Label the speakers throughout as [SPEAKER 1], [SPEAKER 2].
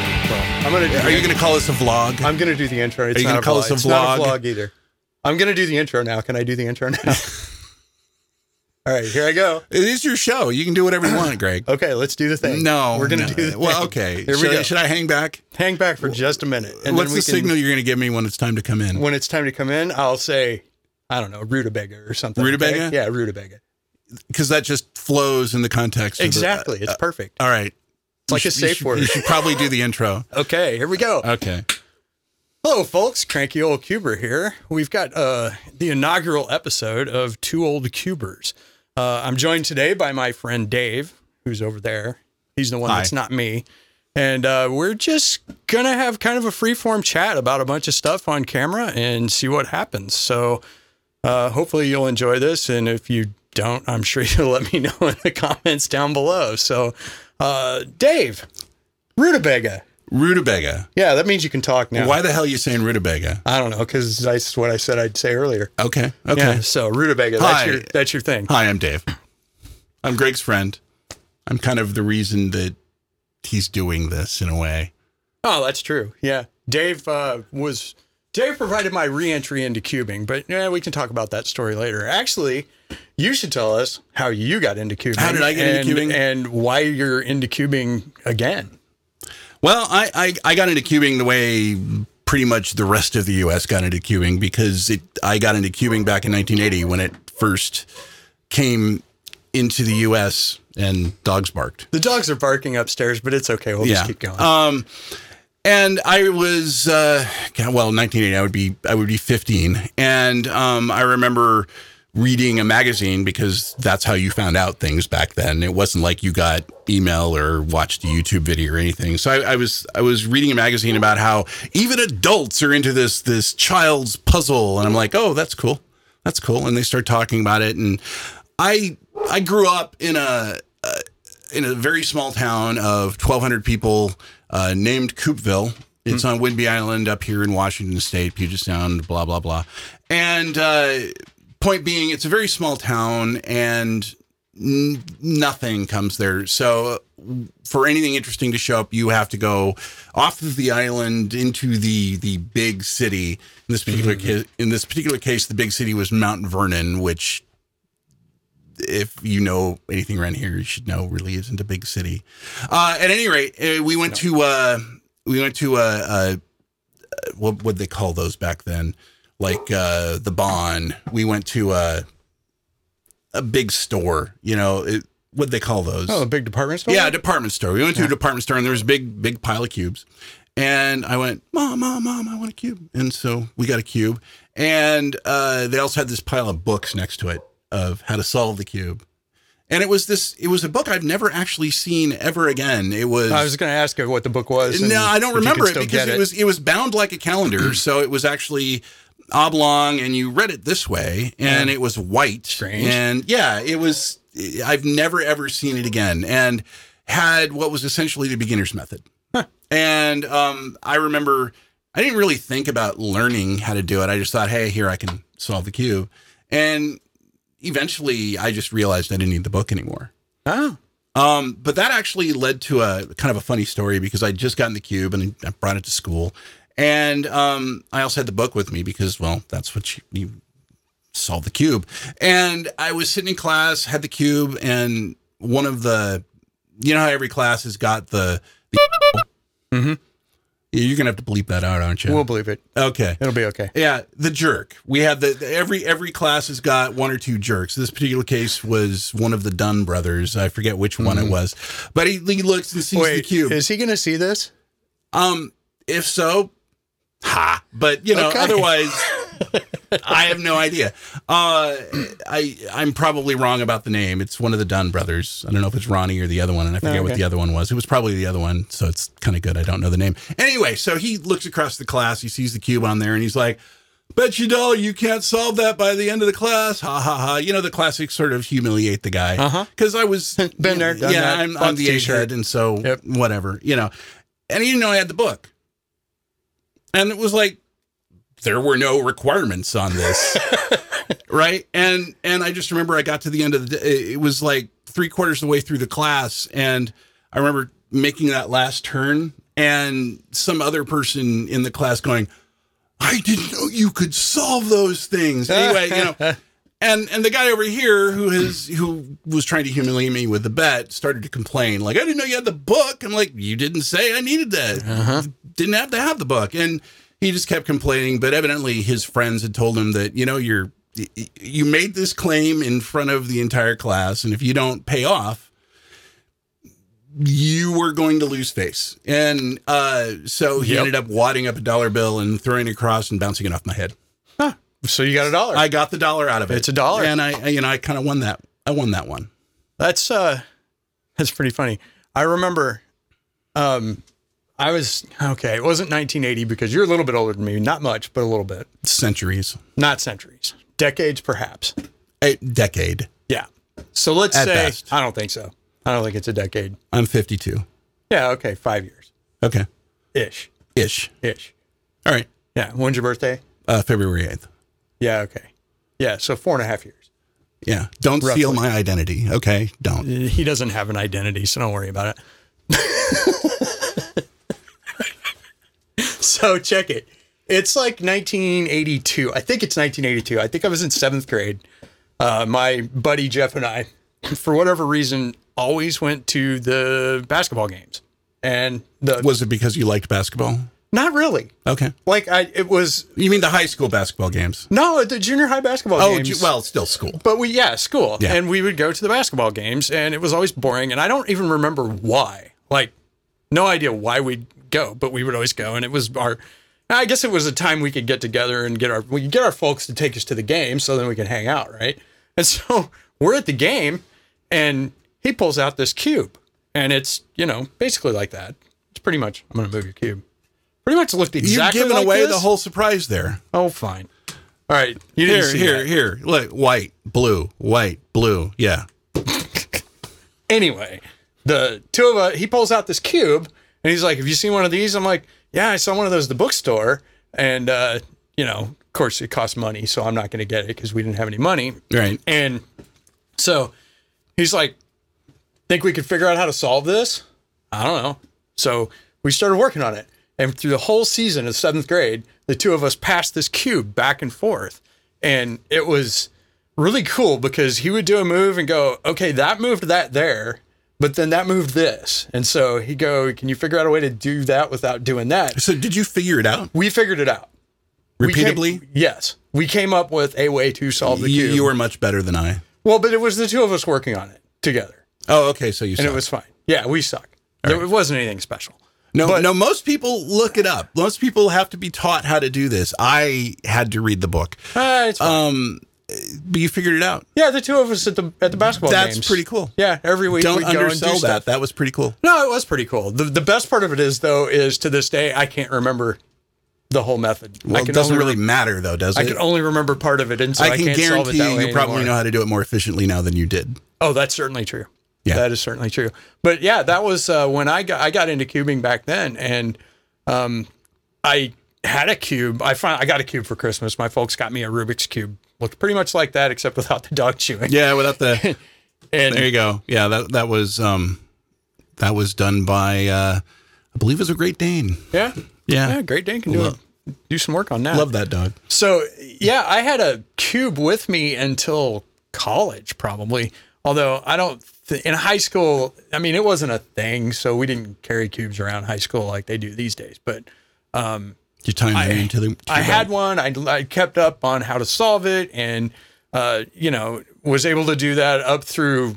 [SPEAKER 1] gonna do
[SPEAKER 2] Are
[SPEAKER 1] the
[SPEAKER 2] you going to call this a vlog?
[SPEAKER 1] I'm gonna do the intro. It's
[SPEAKER 2] you
[SPEAKER 1] not
[SPEAKER 2] gonna call this a
[SPEAKER 1] It's not a
[SPEAKER 2] vlog?
[SPEAKER 1] vlog either. I'm gonna do the intro now. Can I do the intro now? All right, here I go.
[SPEAKER 2] it is your show. You can do whatever you want, Greg.
[SPEAKER 1] Okay, let's do the thing.
[SPEAKER 2] No,
[SPEAKER 1] we're gonna
[SPEAKER 2] no.
[SPEAKER 1] do. The
[SPEAKER 2] Well,
[SPEAKER 1] thing.
[SPEAKER 2] okay.
[SPEAKER 1] Here we
[SPEAKER 2] should,
[SPEAKER 1] go.
[SPEAKER 2] should I hang back?
[SPEAKER 1] Hang back for just a minute, and
[SPEAKER 2] What's
[SPEAKER 1] then we
[SPEAKER 2] the
[SPEAKER 1] can,
[SPEAKER 2] signal you're going to give me when it's time to come in?
[SPEAKER 1] When it's time to come in, I'll say, I don't know, rutabaga or something. okay?
[SPEAKER 2] Rutabaga?
[SPEAKER 1] Yeah, rutabaga.
[SPEAKER 2] Because that just flows in the context. of the-
[SPEAKER 1] Exactly.
[SPEAKER 2] uh,
[SPEAKER 1] It's perfect.
[SPEAKER 2] all right. It's
[SPEAKER 1] like a safe word.
[SPEAKER 2] You should probably do the intro.
[SPEAKER 1] Okay, here we go.
[SPEAKER 2] Okay.
[SPEAKER 1] Hello, folks. Cranky Old Cuber here. We've got uh, the inaugural episode of Two Old Cubers. Uh, I'm joined today by my friend Dave, who's over there. He's the one
[SPEAKER 2] Hi.
[SPEAKER 1] that's not me. And uh, we're just going to have kind of a freeform chat about a bunch of stuff on camera and see what happens. So uh, hopefully you'll enjoy this. And if you don't, I'm sure you'll let me know in the comments down below. So, uh, Dave, rutabaga.
[SPEAKER 2] Rutabaga.
[SPEAKER 1] Yeah, that means you can talk now.
[SPEAKER 2] Why the hell are you saying rutabaga?
[SPEAKER 1] I don't know because that's what I said I'd say earlier.
[SPEAKER 2] Okay. Okay.
[SPEAKER 1] Yeah. So rutabaga,
[SPEAKER 2] Hi.
[SPEAKER 1] that's your that's your thing.
[SPEAKER 2] Hi, I'm Dave. I'm Greg's friend. I'm kind of the reason that he's doing this in a way.
[SPEAKER 1] Oh, that's true. Yeah. Dave uh, was Dave provided my reentry into cubing, but yeah, we can talk about that story later. Actually, you should tell us how you got into cubing.
[SPEAKER 2] How did I get into
[SPEAKER 1] and-
[SPEAKER 2] cubing?
[SPEAKER 1] and why you're into cubing again?
[SPEAKER 2] Well, I, I, I got into cubing the way pretty much the rest of the U.S. got into cubing because it, I got into cubing back in 1980 when it first came into the U.S. and dogs barked.
[SPEAKER 1] The dogs are barking upstairs, but it's okay. We'll
[SPEAKER 2] yeah.
[SPEAKER 1] just keep going.
[SPEAKER 2] Um, and I was uh, God, well, 1980. I would be I would be 15, and um, I remember reading a magazine because that's how you found out things back then. It wasn't like you got email or watched a YouTube video or anything. So I, I was I was reading a magazine about how even adults are into this this child's puzzle, and I'm like, oh, that's cool, that's cool. And they start talking about it, and I I grew up in a in a very small town of 1,200 people uh, named Coopville. It's on Whidbey Island up here in Washington State, Puget Sound, blah, blah, blah. And uh, point being, it's a very small town and n- nothing comes there. So for anything interesting to show up, you have to go off of the island into the the big city. In this particular case, in this particular case, the big city was Mount Vernon, which if you know anything around here, you should know really isn't a big city. Uh, at any rate, uh, we went to uh, we went to uh, uh, uh, what would they call those back then? Like uh, the Bon. We went to uh, a big store. You know what would they call those?
[SPEAKER 1] oh, a big department store.
[SPEAKER 2] Yeah, a department store. We went to a department store and there was a big, big pile of cubes. And I went, Mom, Mom, Mom, I want a cube. And so we got a cube. And uh, they also had this pile of books next to it of how to solve the cube. And it was this, it was a book I've never actually seen ever again. It was.
[SPEAKER 1] I was going to ask you what the book was. and
[SPEAKER 2] No, I
[SPEAKER 1] if
[SPEAKER 2] don't
[SPEAKER 1] you could
[SPEAKER 2] remember it
[SPEAKER 1] still
[SPEAKER 2] because
[SPEAKER 1] get
[SPEAKER 2] it. was it was bound like a calendar, so it was actually oblong, and you read it this way, and it was white.
[SPEAKER 1] Strange.
[SPEAKER 2] And yeah, it was. I've never ever seen it again, and had what was essentially the beginner's method. And um, I remember I didn't really think about learning how to do it. I just thought, hey, here I can solve the cube, and eventually I just realized I didn't need the book anymore.
[SPEAKER 1] Oh,
[SPEAKER 2] Um, but that actually led to a kind of a funny story because I just got in the cube and I brought it to school, and um, I also had the book with me because well, that's what you, you solve the cube. And I was sitting in class, had the cube, and one of the, you know how every class has got the, the
[SPEAKER 1] Mhm.
[SPEAKER 2] Yeah, you're gonna have to bleep that out, aren't you?
[SPEAKER 1] we'll believe it.
[SPEAKER 2] okay.
[SPEAKER 1] It'll be okay.
[SPEAKER 2] Yeah, the jerk. We had the, the- every every class has got one or two jerks. This particular case was one of the Dunn brothers. I forget which one it was, but he, he looks and sees the
[SPEAKER 1] Wait,
[SPEAKER 2] cube.
[SPEAKER 1] is he going to see this?
[SPEAKER 2] um, if so, ha. But you know,
[SPEAKER 1] Okay.
[SPEAKER 2] otherwise, I have no idea. Uh, I I'm probably wrong about the name. It's one of the Dunn brothers. I don't know if it's Ronnie or the other one, and I forget what
[SPEAKER 1] okay.
[SPEAKER 2] the other one was. It was probably the other one, so it's kind of good. I don't know the name. Anyway, so he looks across the class. He sees the cube on there, and he's like. Bet you dollar you can't solve that by the end of the class. Ha ha ha. You know the classic sort of humiliate the guy.
[SPEAKER 1] Uh-huh.
[SPEAKER 2] Because I was
[SPEAKER 1] Been there, done
[SPEAKER 2] yeah,
[SPEAKER 1] that,
[SPEAKER 2] I'm,
[SPEAKER 1] bought
[SPEAKER 2] I'm
[SPEAKER 1] the
[SPEAKER 2] the
[SPEAKER 1] t-shirt.
[SPEAKER 2] shirt and so
[SPEAKER 1] Yep.
[SPEAKER 2] whatever, you know. And he didn't know I had the book. And it was like there were no requirements on this. right? And and I just remember I got to the end of the day, it was like three quarters of the way through the class, and I remember making that last turn and some other person in the class going, I didn't know you could solve those things. Anyway, you know. And and the guy over here who has who was trying to humiliate me with the bet started to complain, like, I didn't know you had the book. I'm like, You didn't say I needed that. Didn't have to have the book. And he just kept complaining, but evidently his friends had told him that, you know, you're you made this claim in front of the entire class, and if you don't pay off, you were going to lose face. And uh, so he
[SPEAKER 1] Yep.
[SPEAKER 2] ended up wadding up a dollar bill and throwing it across and bouncing it off my head.
[SPEAKER 1] So you got a dollar.
[SPEAKER 2] I got the dollar out of it.
[SPEAKER 1] It's a dollar.
[SPEAKER 2] And I, I- you know, I kind of won that. I won that one.
[SPEAKER 1] That's uh that's pretty funny. I remember um I was okay, it wasn't 1980 because you're a little bit older than me, not much, but a little bit.
[SPEAKER 2] Centuries,
[SPEAKER 1] Not centuries, decades perhaps.
[SPEAKER 2] a decade.
[SPEAKER 1] Yeah. So let's
[SPEAKER 2] At
[SPEAKER 1] say
[SPEAKER 2] best.
[SPEAKER 1] I don't think so. I don't think it's a decade.
[SPEAKER 2] I'm 52.
[SPEAKER 1] Yeah, okay, 5 years.
[SPEAKER 2] Okay,
[SPEAKER 1] Ish.
[SPEAKER 2] ish.
[SPEAKER 1] Ish.
[SPEAKER 2] All right.
[SPEAKER 1] Yeah, when's your birthday?
[SPEAKER 2] Uh, February 8th.
[SPEAKER 1] Yeah, okay. Yeah, so four and a half years.
[SPEAKER 2] Yeah. Don't
[SPEAKER 1] Roughly.
[SPEAKER 2] steal my identity. Okay. Don't.
[SPEAKER 1] He doesn't have an identity, so don't worry about it. so check it. It's like 1982. I think it's 1982. I think I was in seventh grade. Uh, my buddy Jeff and I, for whatever reason, always went to the basketball games. And the
[SPEAKER 2] Was it because you liked basketball?
[SPEAKER 1] not really
[SPEAKER 2] Okay.
[SPEAKER 1] like I it was
[SPEAKER 2] You mean the high school basketball games?
[SPEAKER 1] no the junior high basketball
[SPEAKER 2] Oh,
[SPEAKER 1] games.
[SPEAKER 2] ju- well, still school.
[SPEAKER 1] But we, yeah, school.
[SPEAKER 2] Yeah.
[SPEAKER 1] And we would go to the basketball games, and it was always boring. And I don't even remember why. Like, no idea why we'd go, but we would always go. And it was our, I guess it was a time we could get together and get our, we could get our folks to take us to the game so then we could hang out, right? And so we're at the game, and he pulls out this cube. And it's, you know, basically like that. It's pretty much, I'm going to move your cube. Pretty much looked exactly
[SPEAKER 2] You're giving
[SPEAKER 1] like
[SPEAKER 2] away
[SPEAKER 1] this.
[SPEAKER 2] the whole surprise there.
[SPEAKER 1] Oh, fine. All right. You didn't
[SPEAKER 2] Here,
[SPEAKER 1] see
[SPEAKER 2] here,
[SPEAKER 1] that.
[SPEAKER 2] here. Look, white, blue, white, blue. Yeah.
[SPEAKER 1] anyway, the two of us, he pulls out this cube and he's like, Have you seen one of these? I'm like, Yeah, I saw one of those at the bookstore. And, uh, you know, of course, it costs money. So I'm not going to get it because we didn't have any money.
[SPEAKER 2] Right.
[SPEAKER 1] And so he's like, Think we could figure out how to solve this? I don't know. So we started working on it. And through the whole season of seventh grade, the two of us passed this cube back and forth. And it was really cool because he would do a move and go, okay, that moved that there, but then that moved this. And so he'd go, can you figure out a way to do that without doing that?
[SPEAKER 2] So did you figure it out
[SPEAKER 1] We figured it out. We came-
[SPEAKER 2] repeatedly?
[SPEAKER 1] yes. We came up with a way to solve the
[SPEAKER 2] You,
[SPEAKER 1] cube.
[SPEAKER 2] you were much better than I.
[SPEAKER 1] well, but it was the two of us working on it together.
[SPEAKER 2] Oh, okay. So you
[SPEAKER 1] And
[SPEAKER 2] suck.
[SPEAKER 1] it was fine. Yeah, we suck. There- It wasn't anything special.
[SPEAKER 2] no, no. Most people look it up. Most people have to be taught how to do this. I had to read the book,
[SPEAKER 1] Uh, it's fine.
[SPEAKER 2] but you figured it out.
[SPEAKER 1] Yeah, the two of us at the at the basketball
[SPEAKER 2] That's
[SPEAKER 1] games.
[SPEAKER 2] pretty cool.
[SPEAKER 1] Yeah, every week
[SPEAKER 2] Don't
[SPEAKER 1] we'd go and do
[SPEAKER 2] undersell that.
[SPEAKER 1] stuff.
[SPEAKER 2] That was pretty cool.
[SPEAKER 1] No, it was pretty cool. The the best part of it is though is to this day I can't remember the whole method.
[SPEAKER 2] Well,
[SPEAKER 1] I
[SPEAKER 2] it
[SPEAKER 1] can
[SPEAKER 2] doesn't
[SPEAKER 1] only,
[SPEAKER 2] really matter though, does
[SPEAKER 1] I
[SPEAKER 2] it?
[SPEAKER 1] can only remember part of it, and so I,
[SPEAKER 2] I can
[SPEAKER 1] can't solve it
[SPEAKER 2] guarantee
[SPEAKER 1] that way
[SPEAKER 2] you probably
[SPEAKER 1] anymore.
[SPEAKER 2] know how to do it more efficiently now than you did.
[SPEAKER 1] Oh, that's certainly true.
[SPEAKER 2] Yeah.
[SPEAKER 1] that is certainly true. But yeah, that was uh, when I got I got into cubing back then, and um, I had a cube. I found I got a cube for Christmas. My folks got me a Rubik's cube. Looked pretty much like that, except without the dog chewing.
[SPEAKER 2] Yeah, without the
[SPEAKER 1] And
[SPEAKER 2] There you go. Yeah, that that was um that was done by uh I believe it was a Great Dane.
[SPEAKER 1] yeah,
[SPEAKER 2] Yeah.
[SPEAKER 1] yeah, Great Dane can do
[SPEAKER 2] Love-
[SPEAKER 1] it. Do some work on that.
[SPEAKER 2] Love that dog.
[SPEAKER 1] So yeah, I had a cube with me until college, probably. Although I don't th- in high school, I mean, it wasn't a thing, so we didn't carry cubes around high school like they do these days. But
[SPEAKER 2] You're tying that into the
[SPEAKER 1] I had one. I, I kept up on how to solve it, and uh, you know, was able to do that up through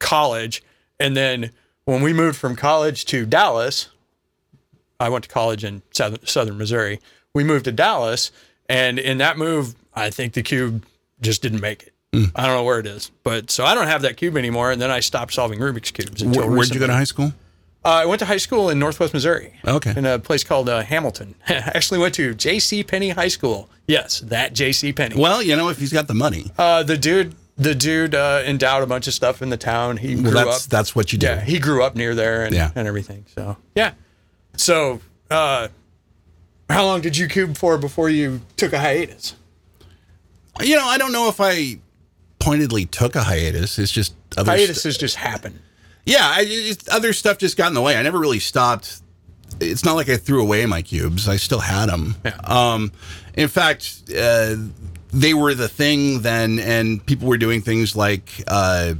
[SPEAKER 1] college. And then when we moved from college to Dallas, I went to college in southern, southern Missouri. We moved to Dallas, and in that move, I think the cube just didn't make it.
[SPEAKER 2] Hmm.
[SPEAKER 1] I don't know where it is, but so I don't have that cube anymore. And then I stopped solving Rubik's cubes. Until
[SPEAKER 2] Where, where'd you
[SPEAKER 1] recently.
[SPEAKER 2] go to high school?
[SPEAKER 1] Uh, I went to high school in Northwest Missouri.
[SPEAKER 2] Okay.
[SPEAKER 1] In a place called uh, Hamilton. I actually went to J.C. Penney High School. Yes, that J.C. Penney.
[SPEAKER 2] Well, you know, if he's got the money,
[SPEAKER 1] Uh, the dude, the dude uh, endowed a bunch of stuff in the town. He grew
[SPEAKER 2] that's
[SPEAKER 1] up.
[SPEAKER 2] that's what you do.
[SPEAKER 1] yeah, he grew up near there and,
[SPEAKER 2] Yeah.
[SPEAKER 1] and everything. So yeah. So uh, how long did you cube for before you took a hiatus?
[SPEAKER 2] You know, I don't know if I pointedly took a hiatus. It's just other stu-
[SPEAKER 1] Hiatuses just happen.
[SPEAKER 2] yeah, I, just, other stuff just got in the way. I never really stopped it's not like I threw away my cubes. I still had them. Um, in fact, uh, they were the thing then, and people were doing things like uh,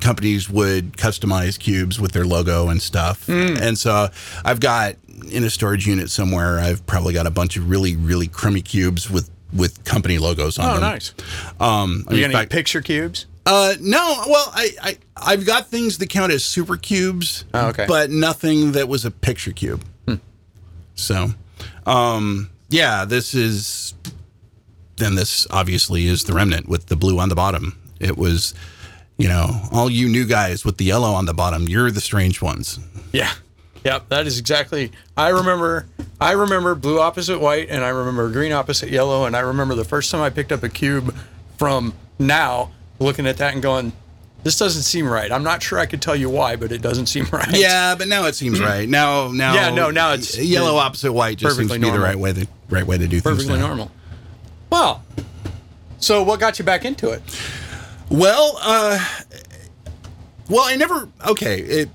[SPEAKER 2] companies would customize cubes with their logo and stuff.
[SPEAKER 1] Mm.
[SPEAKER 2] And so I've got in a storage unit somewhere. I've probably got a bunch of really really crummy cubes with with company logos on
[SPEAKER 1] Oh,
[SPEAKER 2] them.
[SPEAKER 1] nice.
[SPEAKER 2] Um, I
[SPEAKER 1] You
[SPEAKER 2] mean,
[SPEAKER 1] got
[SPEAKER 2] in
[SPEAKER 1] any
[SPEAKER 2] fact-
[SPEAKER 1] picture cubes?
[SPEAKER 2] uh, no. Well, I, I I've got things that count as super cubes.
[SPEAKER 1] Oh, okay. Hmm.
[SPEAKER 2] But nothing that was a picture cube. So, um, yeah, this is. Then this obviously is the remnant with the blue on the bottom. It was, you know, all you new guys with the yellow on the bottom. You're the strange ones.
[SPEAKER 1] Yeah. Yep, that is exactly. I remember. I remember blue opposite white, and I remember green opposite yellow, and I remember the first time I picked up a cube from now, looking at that and going, "This doesn't seem right." I'm not sure I could tell you why, but it doesn't seem right. Hmm.
[SPEAKER 2] Yeah, but now it seems right. Now, now,
[SPEAKER 1] Yeah, no, now it's-
[SPEAKER 2] yellow opposite white. Just seems to
[SPEAKER 1] Perfectly
[SPEAKER 2] be the
[SPEAKER 1] normal.
[SPEAKER 2] right way. The right way to do things.
[SPEAKER 1] perfectly
[SPEAKER 2] now.
[SPEAKER 1] normal. Well, so what got you back into it?
[SPEAKER 2] Well, uh, well, I never. Okay, it.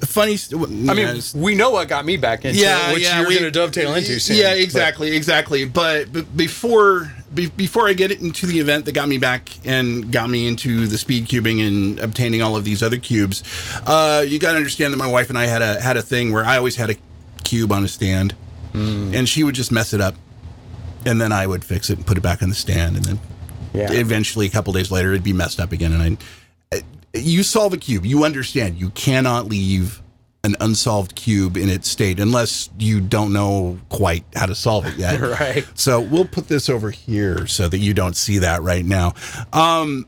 [SPEAKER 2] Funny. I
[SPEAKER 1] I mean, we know what got me back into
[SPEAKER 2] yeah,
[SPEAKER 1] it, which
[SPEAKER 2] yeah,
[SPEAKER 1] you're
[SPEAKER 2] we-
[SPEAKER 1] going to dovetail into soon.
[SPEAKER 2] Yeah,
[SPEAKER 1] but-
[SPEAKER 2] exactly, exactly. But, but before be, before I get into the event that got me back and got me into the speed cubing and obtaining all of these other cubes, uh, you got to understand that my wife and I had a had a thing where I always had a cube on a stand,
[SPEAKER 1] Hmm.
[SPEAKER 2] and she would just mess it up, and then I would fix it and put it back on the stand, and then
[SPEAKER 1] Yeah.
[SPEAKER 2] eventually a couple days later it'd be messed up again, and I. You solve a cube, you understand. You cannot leave an unsolved cube in its state unless you don't know quite how to solve it yet.
[SPEAKER 1] Right.
[SPEAKER 2] So we'll put this over here so that you don't see that right now. Um,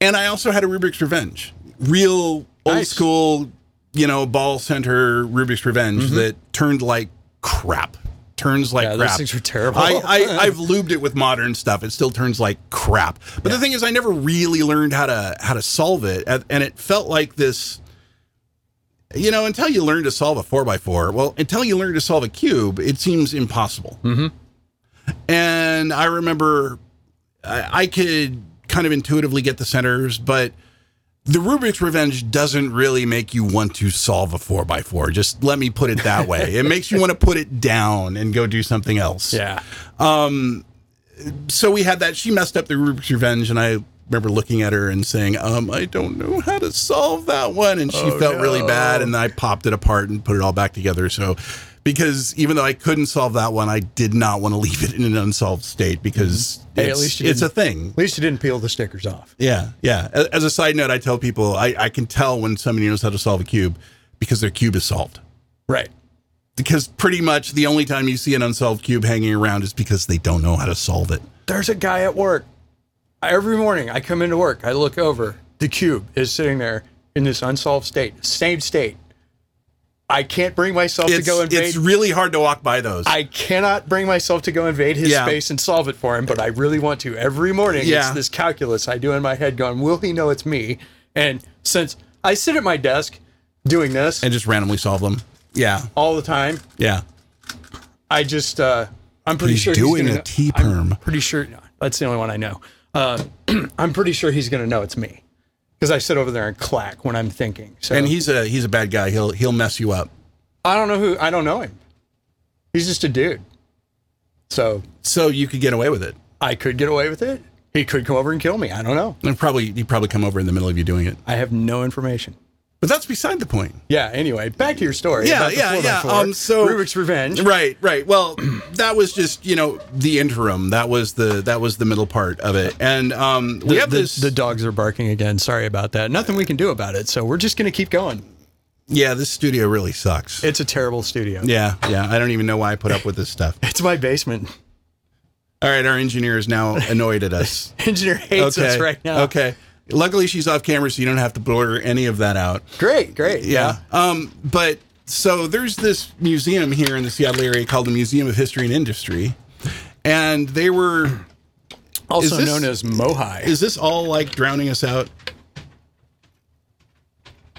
[SPEAKER 2] and I also had a Rubik's Revenge, real old
[SPEAKER 1] Nice.
[SPEAKER 2] school, you know, ball center Rubik's Revenge
[SPEAKER 1] Mm-hmm.
[SPEAKER 2] that turned like crap. Turns like
[SPEAKER 1] Yeah, those
[SPEAKER 2] crap.
[SPEAKER 1] things were terrible.
[SPEAKER 2] I, I, I've lubed it with modern stuff. It still turns like crap. But the thing is, I never really learned how to how to solve it, and and it felt like this. You know, until you learn to solve a four by four, well, until you learn to solve a cube, it seems impossible.
[SPEAKER 1] Mm-hmm.
[SPEAKER 2] And I remember I, I could kind of intuitively get the centers, but the Rubik's Revenge doesn't really make you want to solve a four by four. Just let me put it that way. it makes you want to put it down and go do something else
[SPEAKER 1] Yeah.
[SPEAKER 2] so we had that. She messed up the Rubik's Revenge, and I remember looking at her and saying, um, I don't know how to solve that one. And she
[SPEAKER 1] Oh,
[SPEAKER 2] felt really bad, and I popped it apart and put it all back together. So, because even though I couldn't solve that one, I did not want to leave it in an unsolved state because
[SPEAKER 1] Hey, at
[SPEAKER 2] it's,
[SPEAKER 1] least you
[SPEAKER 2] it's a
[SPEAKER 1] didn't-
[SPEAKER 2] thing.
[SPEAKER 1] At least you didn't peel the stickers off.
[SPEAKER 2] Yeah, yeah. A- As a side note, I tell people I, I can tell when somebody knows how to solve a cube because their cube is solved.
[SPEAKER 1] Right.
[SPEAKER 2] Because pretty much the only time you see an unsolved cube hanging around is because they don't know how to solve it.
[SPEAKER 1] There's a guy at work. Every morning I come into work, I look over. The cube is sitting there in this unsolved state, same state. I can't bring myself to
[SPEAKER 2] It's,
[SPEAKER 1] go invade.
[SPEAKER 2] it's really hard to walk by those.
[SPEAKER 1] I cannot bring myself to go invade his
[SPEAKER 2] Yeah.
[SPEAKER 1] space and solve it for him, but I really want to. Every morning,
[SPEAKER 2] Yeah.
[SPEAKER 1] it's this calculus I do in my head going, will he know it's me? And since I sit at my desk doing this
[SPEAKER 2] and just randomly solve them. Yeah,
[SPEAKER 1] all the time,
[SPEAKER 2] yeah.
[SPEAKER 1] I just, uh, I'm pretty
[SPEAKER 2] He's
[SPEAKER 1] sure
[SPEAKER 2] doing
[SPEAKER 1] he's
[SPEAKER 2] a
[SPEAKER 1] gonna-
[SPEAKER 2] T perm.
[SPEAKER 1] pretty sure that's the only one I know. Uh, I'm pretty sure he's going to know it's me because I sit over there and clack when I'm thinking. So
[SPEAKER 2] And he's a he's a bad guy. He'll he'll mess you up.
[SPEAKER 1] I don't know who I don't know him. He's just a dude. So
[SPEAKER 2] So you could get away with it.
[SPEAKER 1] I could get away with it. He could come over and kill me. I don't know.
[SPEAKER 2] And probably he'd probably come over in the middle of you doing it.
[SPEAKER 1] I have no information.
[SPEAKER 2] But that's beside the point.
[SPEAKER 1] Yeah. Anyway, back to your story.
[SPEAKER 2] Yeah,
[SPEAKER 1] about the
[SPEAKER 2] yeah, yeah.
[SPEAKER 1] 4x4,
[SPEAKER 2] Um, so-
[SPEAKER 1] Rubik's Revenge.
[SPEAKER 2] Right, right. Well, that was just, you know, the interim. That was the that was the middle part of it. And um we have
[SPEAKER 1] the,
[SPEAKER 2] this
[SPEAKER 1] the dogs are barking again. Sorry about that. Nothing we can do about it. So we're just going to keep going.
[SPEAKER 2] Yeah, this studio really sucks.
[SPEAKER 1] It's a terrible studio.
[SPEAKER 2] yeah, yeah. I don't even know why I put up with this stuff.
[SPEAKER 1] It's my basement.
[SPEAKER 2] All right, our engineer is now annoyed at us.
[SPEAKER 1] Engineer hates us right now.
[SPEAKER 2] Okay. Luckily she's off camera so you don't have to blur any of that out.
[SPEAKER 1] Great. Great.
[SPEAKER 2] Yeah. Um, but so there's this museum here in the Seattle area called the Museum of History and Industry. And they were
[SPEAKER 1] also
[SPEAKER 2] Is this-
[SPEAKER 1] known as Mohai.
[SPEAKER 2] is this all like drowning us out?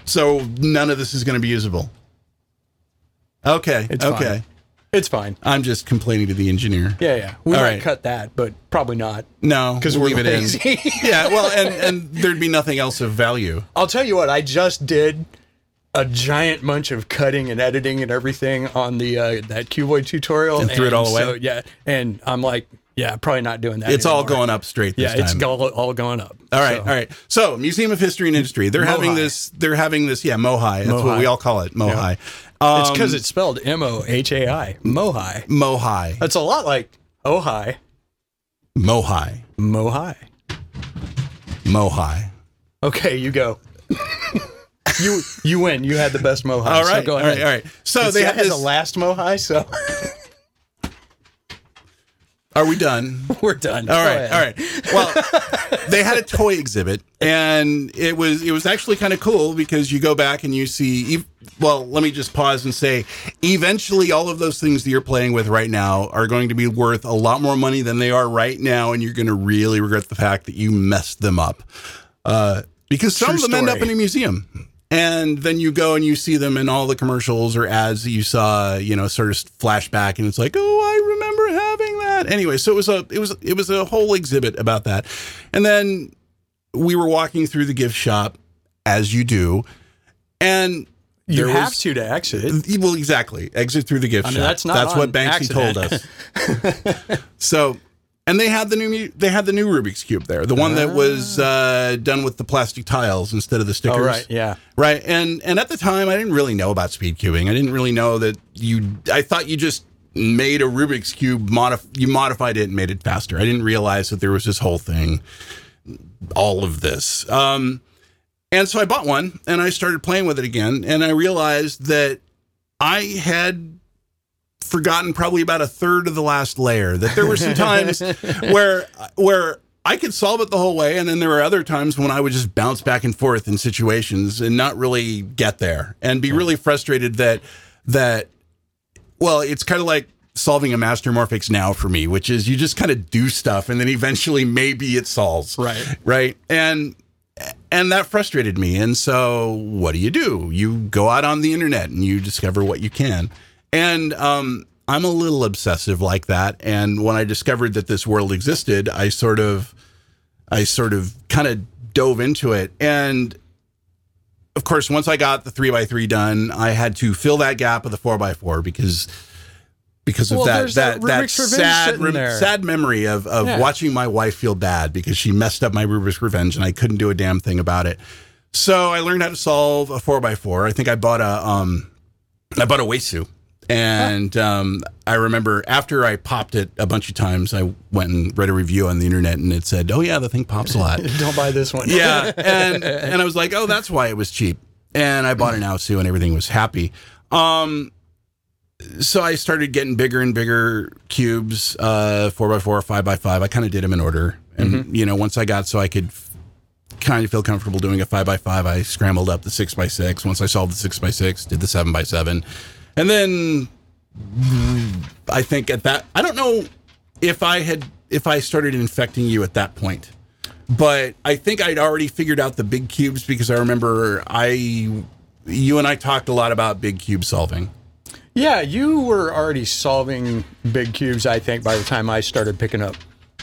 [SPEAKER 2] So none of this is going to be usable. Okay.
[SPEAKER 1] It's fine.
[SPEAKER 2] okay.
[SPEAKER 1] it's fine.
[SPEAKER 2] I'm just complaining to the engineer.
[SPEAKER 1] Yeah, yeah. We
[SPEAKER 2] All
[SPEAKER 1] might
[SPEAKER 2] right.
[SPEAKER 1] cut that, but probably not.
[SPEAKER 2] No, because
[SPEAKER 1] we're
[SPEAKER 2] leave it
[SPEAKER 1] lazy.
[SPEAKER 2] in. yeah. Well, and and there'd be nothing else of value.
[SPEAKER 1] I'll tell you what. I just did a giant bunch of cutting and editing and everything on the uh, that cuboid tutorial
[SPEAKER 2] And threw it all away?
[SPEAKER 1] so, yeah, and I'm like, yeah, probably not doing that.
[SPEAKER 2] It's all
[SPEAKER 1] anymore.
[SPEAKER 2] going up straight this
[SPEAKER 1] Yeah, it's
[SPEAKER 2] time.
[SPEAKER 1] all, all going up.
[SPEAKER 2] All right,
[SPEAKER 1] So,
[SPEAKER 2] all right. So, Museum of History and Industry. They're having
[SPEAKER 1] Mohai.
[SPEAKER 2] this. They're having this. Yeah, Mohai. That's what
[SPEAKER 1] Mohai.
[SPEAKER 2] we all call it. Mohai. Um,
[SPEAKER 1] It's because it's spelled M O H A I, Mohai.
[SPEAKER 2] Mohai.
[SPEAKER 1] That's a lot like Ohai,
[SPEAKER 2] Mohai.
[SPEAKER 1] Mohai.
[SPEAKER 2] Mohai.
[SPEAKER 1] Okay, you go. you you win. You had the best Mohai.
[SPEAKER 2] All
[SPEAKER 1] so
[SPEAKER 2] right.
[SPEAKER 1] go
[SPEAKER 2] all
[SPEAKER 1] ahead.
[SPEAKER 2] right. All right. So
[SPEAKER 1] It's-
[SPEAKER 2] Oh, they
[SPEAKER 1] I
[SPEAKER 2] have
[SPEAKER 1] had
[SPEAKER 2] this.
[SPEAKER 1] the last Mohai, so
[SPEAKER 2] Are we done?
[SPEAKER 1] we're done.
[SPEAKER 2] All right, all right. Well, they had a toy exhibit, and it was it was actually kind of cool because you go back and you see. ev- Well, let me just pause and say, eventually, all of those things that you're playing with right now are going to be worth a lot more money than they are right now, and you're going to really regret the fact that you messed them up, uh, because some
[SPEAKER 1] True
[SPEAKER 2] of them end up
[SPEAKER 1] story.
[SPEAKER 2] in a museum. And then you go and you see them in all the commercials or ads that you saw, you know, sort of flashback, and it's like, oh, I remember having that. Anyway, so it was a it was it was a whole exhibit about that. And then we were walking through the gift shop, as you do, and
[SPEAKER 1] You
[SPEAKER 2] there
[SPEAKER 1] have
[SPEAKER 2] was-
[SPEAKER 1] to to exit.
[SPEAKER 2] well, exactly. Exit through the gift
[SPEAKER 1] I mean,
[SPEAKER 2] shop.
[SPEAKER 1] that's not
[SPEAKER 2] That's
[SPEAKER 1] on
[SPEAKER 2] what Banksy
[SPEAKER 1] accident.
[SPEAKER 2] told us. so, and they had the new mu- they had the new Rubik's cube there, the one that was uh, done with the plastic tiles instead of the stickers.
[SPEAKER 1] All Ah. Oh, right, yeah.
[SPEAKER 2] Right. And and at the time I didn't really know about speed cubing. I didn't really know that you I thought you just made a Rubik's cube modif- you modified it and made it faster. I didn't realize that there was this whole thing all of this. Um and so I bought one and I started playing with it again and I realized that I had forgotten probably about a third of the last layer that there were some times where where I could solve it the whole way and then there were other times when I would just bounce back and forth in situations and not really get there and be really frustrated that that well it's kind of like solving a master morphix now for me which is you just kind of do stuff and then eventually maybe it solves
[SPEAKER 1] Right.
[SPEAKER 2] right and and that frustrated me and so what do you do you go out on the internet and you discover what you can and um i'm a little obsessive like that and when i discovered that this world existed i sort of i sort of kind of dove into it and of course once i got the 3x3 done i had to fill that gap with the 4x4 because because of
[SPEAKER 1] Well,
[SPEAKER 2] that
[SPEAKER 1] there's
[SPEAKER 2] that,
[SPEAKER 1] that
[SPEAKER 2] that
[SPEAKER 1] Rubik's Revenge
[SPEAKER 2] sad
[SPEAKER 1] sitting
[SPEAKER 2] rem-
[SPEAKER 1] there.
[SPEAKER 2] sad sad memory of of
[SPEAKER 1] Yeah.
[SPEAKER 2] watching my wife feel bad because she messed up my Rubik's Revenge and I couldn't do a damn thing about it. So I learned how to solve a four by four. I think I bought a um, I bought a Weisu, and um, I remember after I popped it a bunch of times, I went and read a review on the internet and it said, "Oh yeah, the thing pops a lot."
[SPEAKER 1] Don't buy this one.
[SPEAKER 2] Yeah, and and I was like, oh, that's why it was cheap. And I bought an Aosu, and everything was happy. Um, so I started getting bigger and bigger cubes, uh, four by four, five by five. I kind of did them in order, and you know, once I got so I could kind of feel comfortable doing a five by five, I scrambled up the six by six. Once I solved the six by six, did the seven by seven, and then I think at that I don't know if I had if I started infecting you at that point. But I think I'd already figured out the big cubes because I remember I you and I talked a lot about big cube solving.
[SPEAKER 1] Yeah, you were already solving big cubes, I think, by the time I started picking up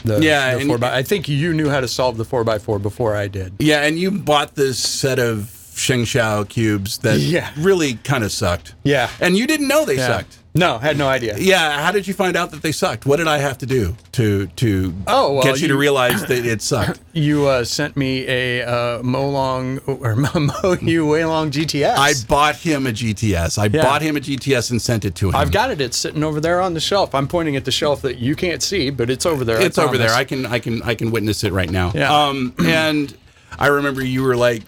[SPEAKER 1] the,
[SPEAKER 2] Yeah,
[SPEAKER 1] the
[SPEAKER 2] and-
[SPEAKER 1] four by I think you knew how to solve the four by four before I did.
[SPEAKER 2] Yeah, and you bought this set of Sheng Shao cubes that
[SPEAKER 1] Yeah.
[SPEAKER 2] really kind of sucked.
[SPEAKER 1] Yeah.
[SPEAKER 2] And you didn't know they sucked.
[SPEAKER 1] No, had no idea.
[SPEAKER 2] Yeah, how did you find out that they sucked? What did I have to do to to
[SPEAKER 1] Oh, well,
[SPEAKER 2] get you, to
[SPEAKER 1] you-
[SPEAKER 2] realize that it sucked?
[SPEAKER 1] You uh, sent me a uh, Molong or Moyu Weilong GTS.
[SPEAKER 2] I bought him a GTS. I bought him a GTS and sent it to him.
[SPEAKER 1] I've got it. It's sitting over there on the shelf. I'm pointing at the shelf that you can't see, but it's over there. I
[SPEAKER 2] it's over there.
[SPEAKER 1] promise.
[SPEAKER 2] I can I can I can witness it right now.
[SPEAKER 1] Yeah.
[SPEAKER 2] Um and I remember you were like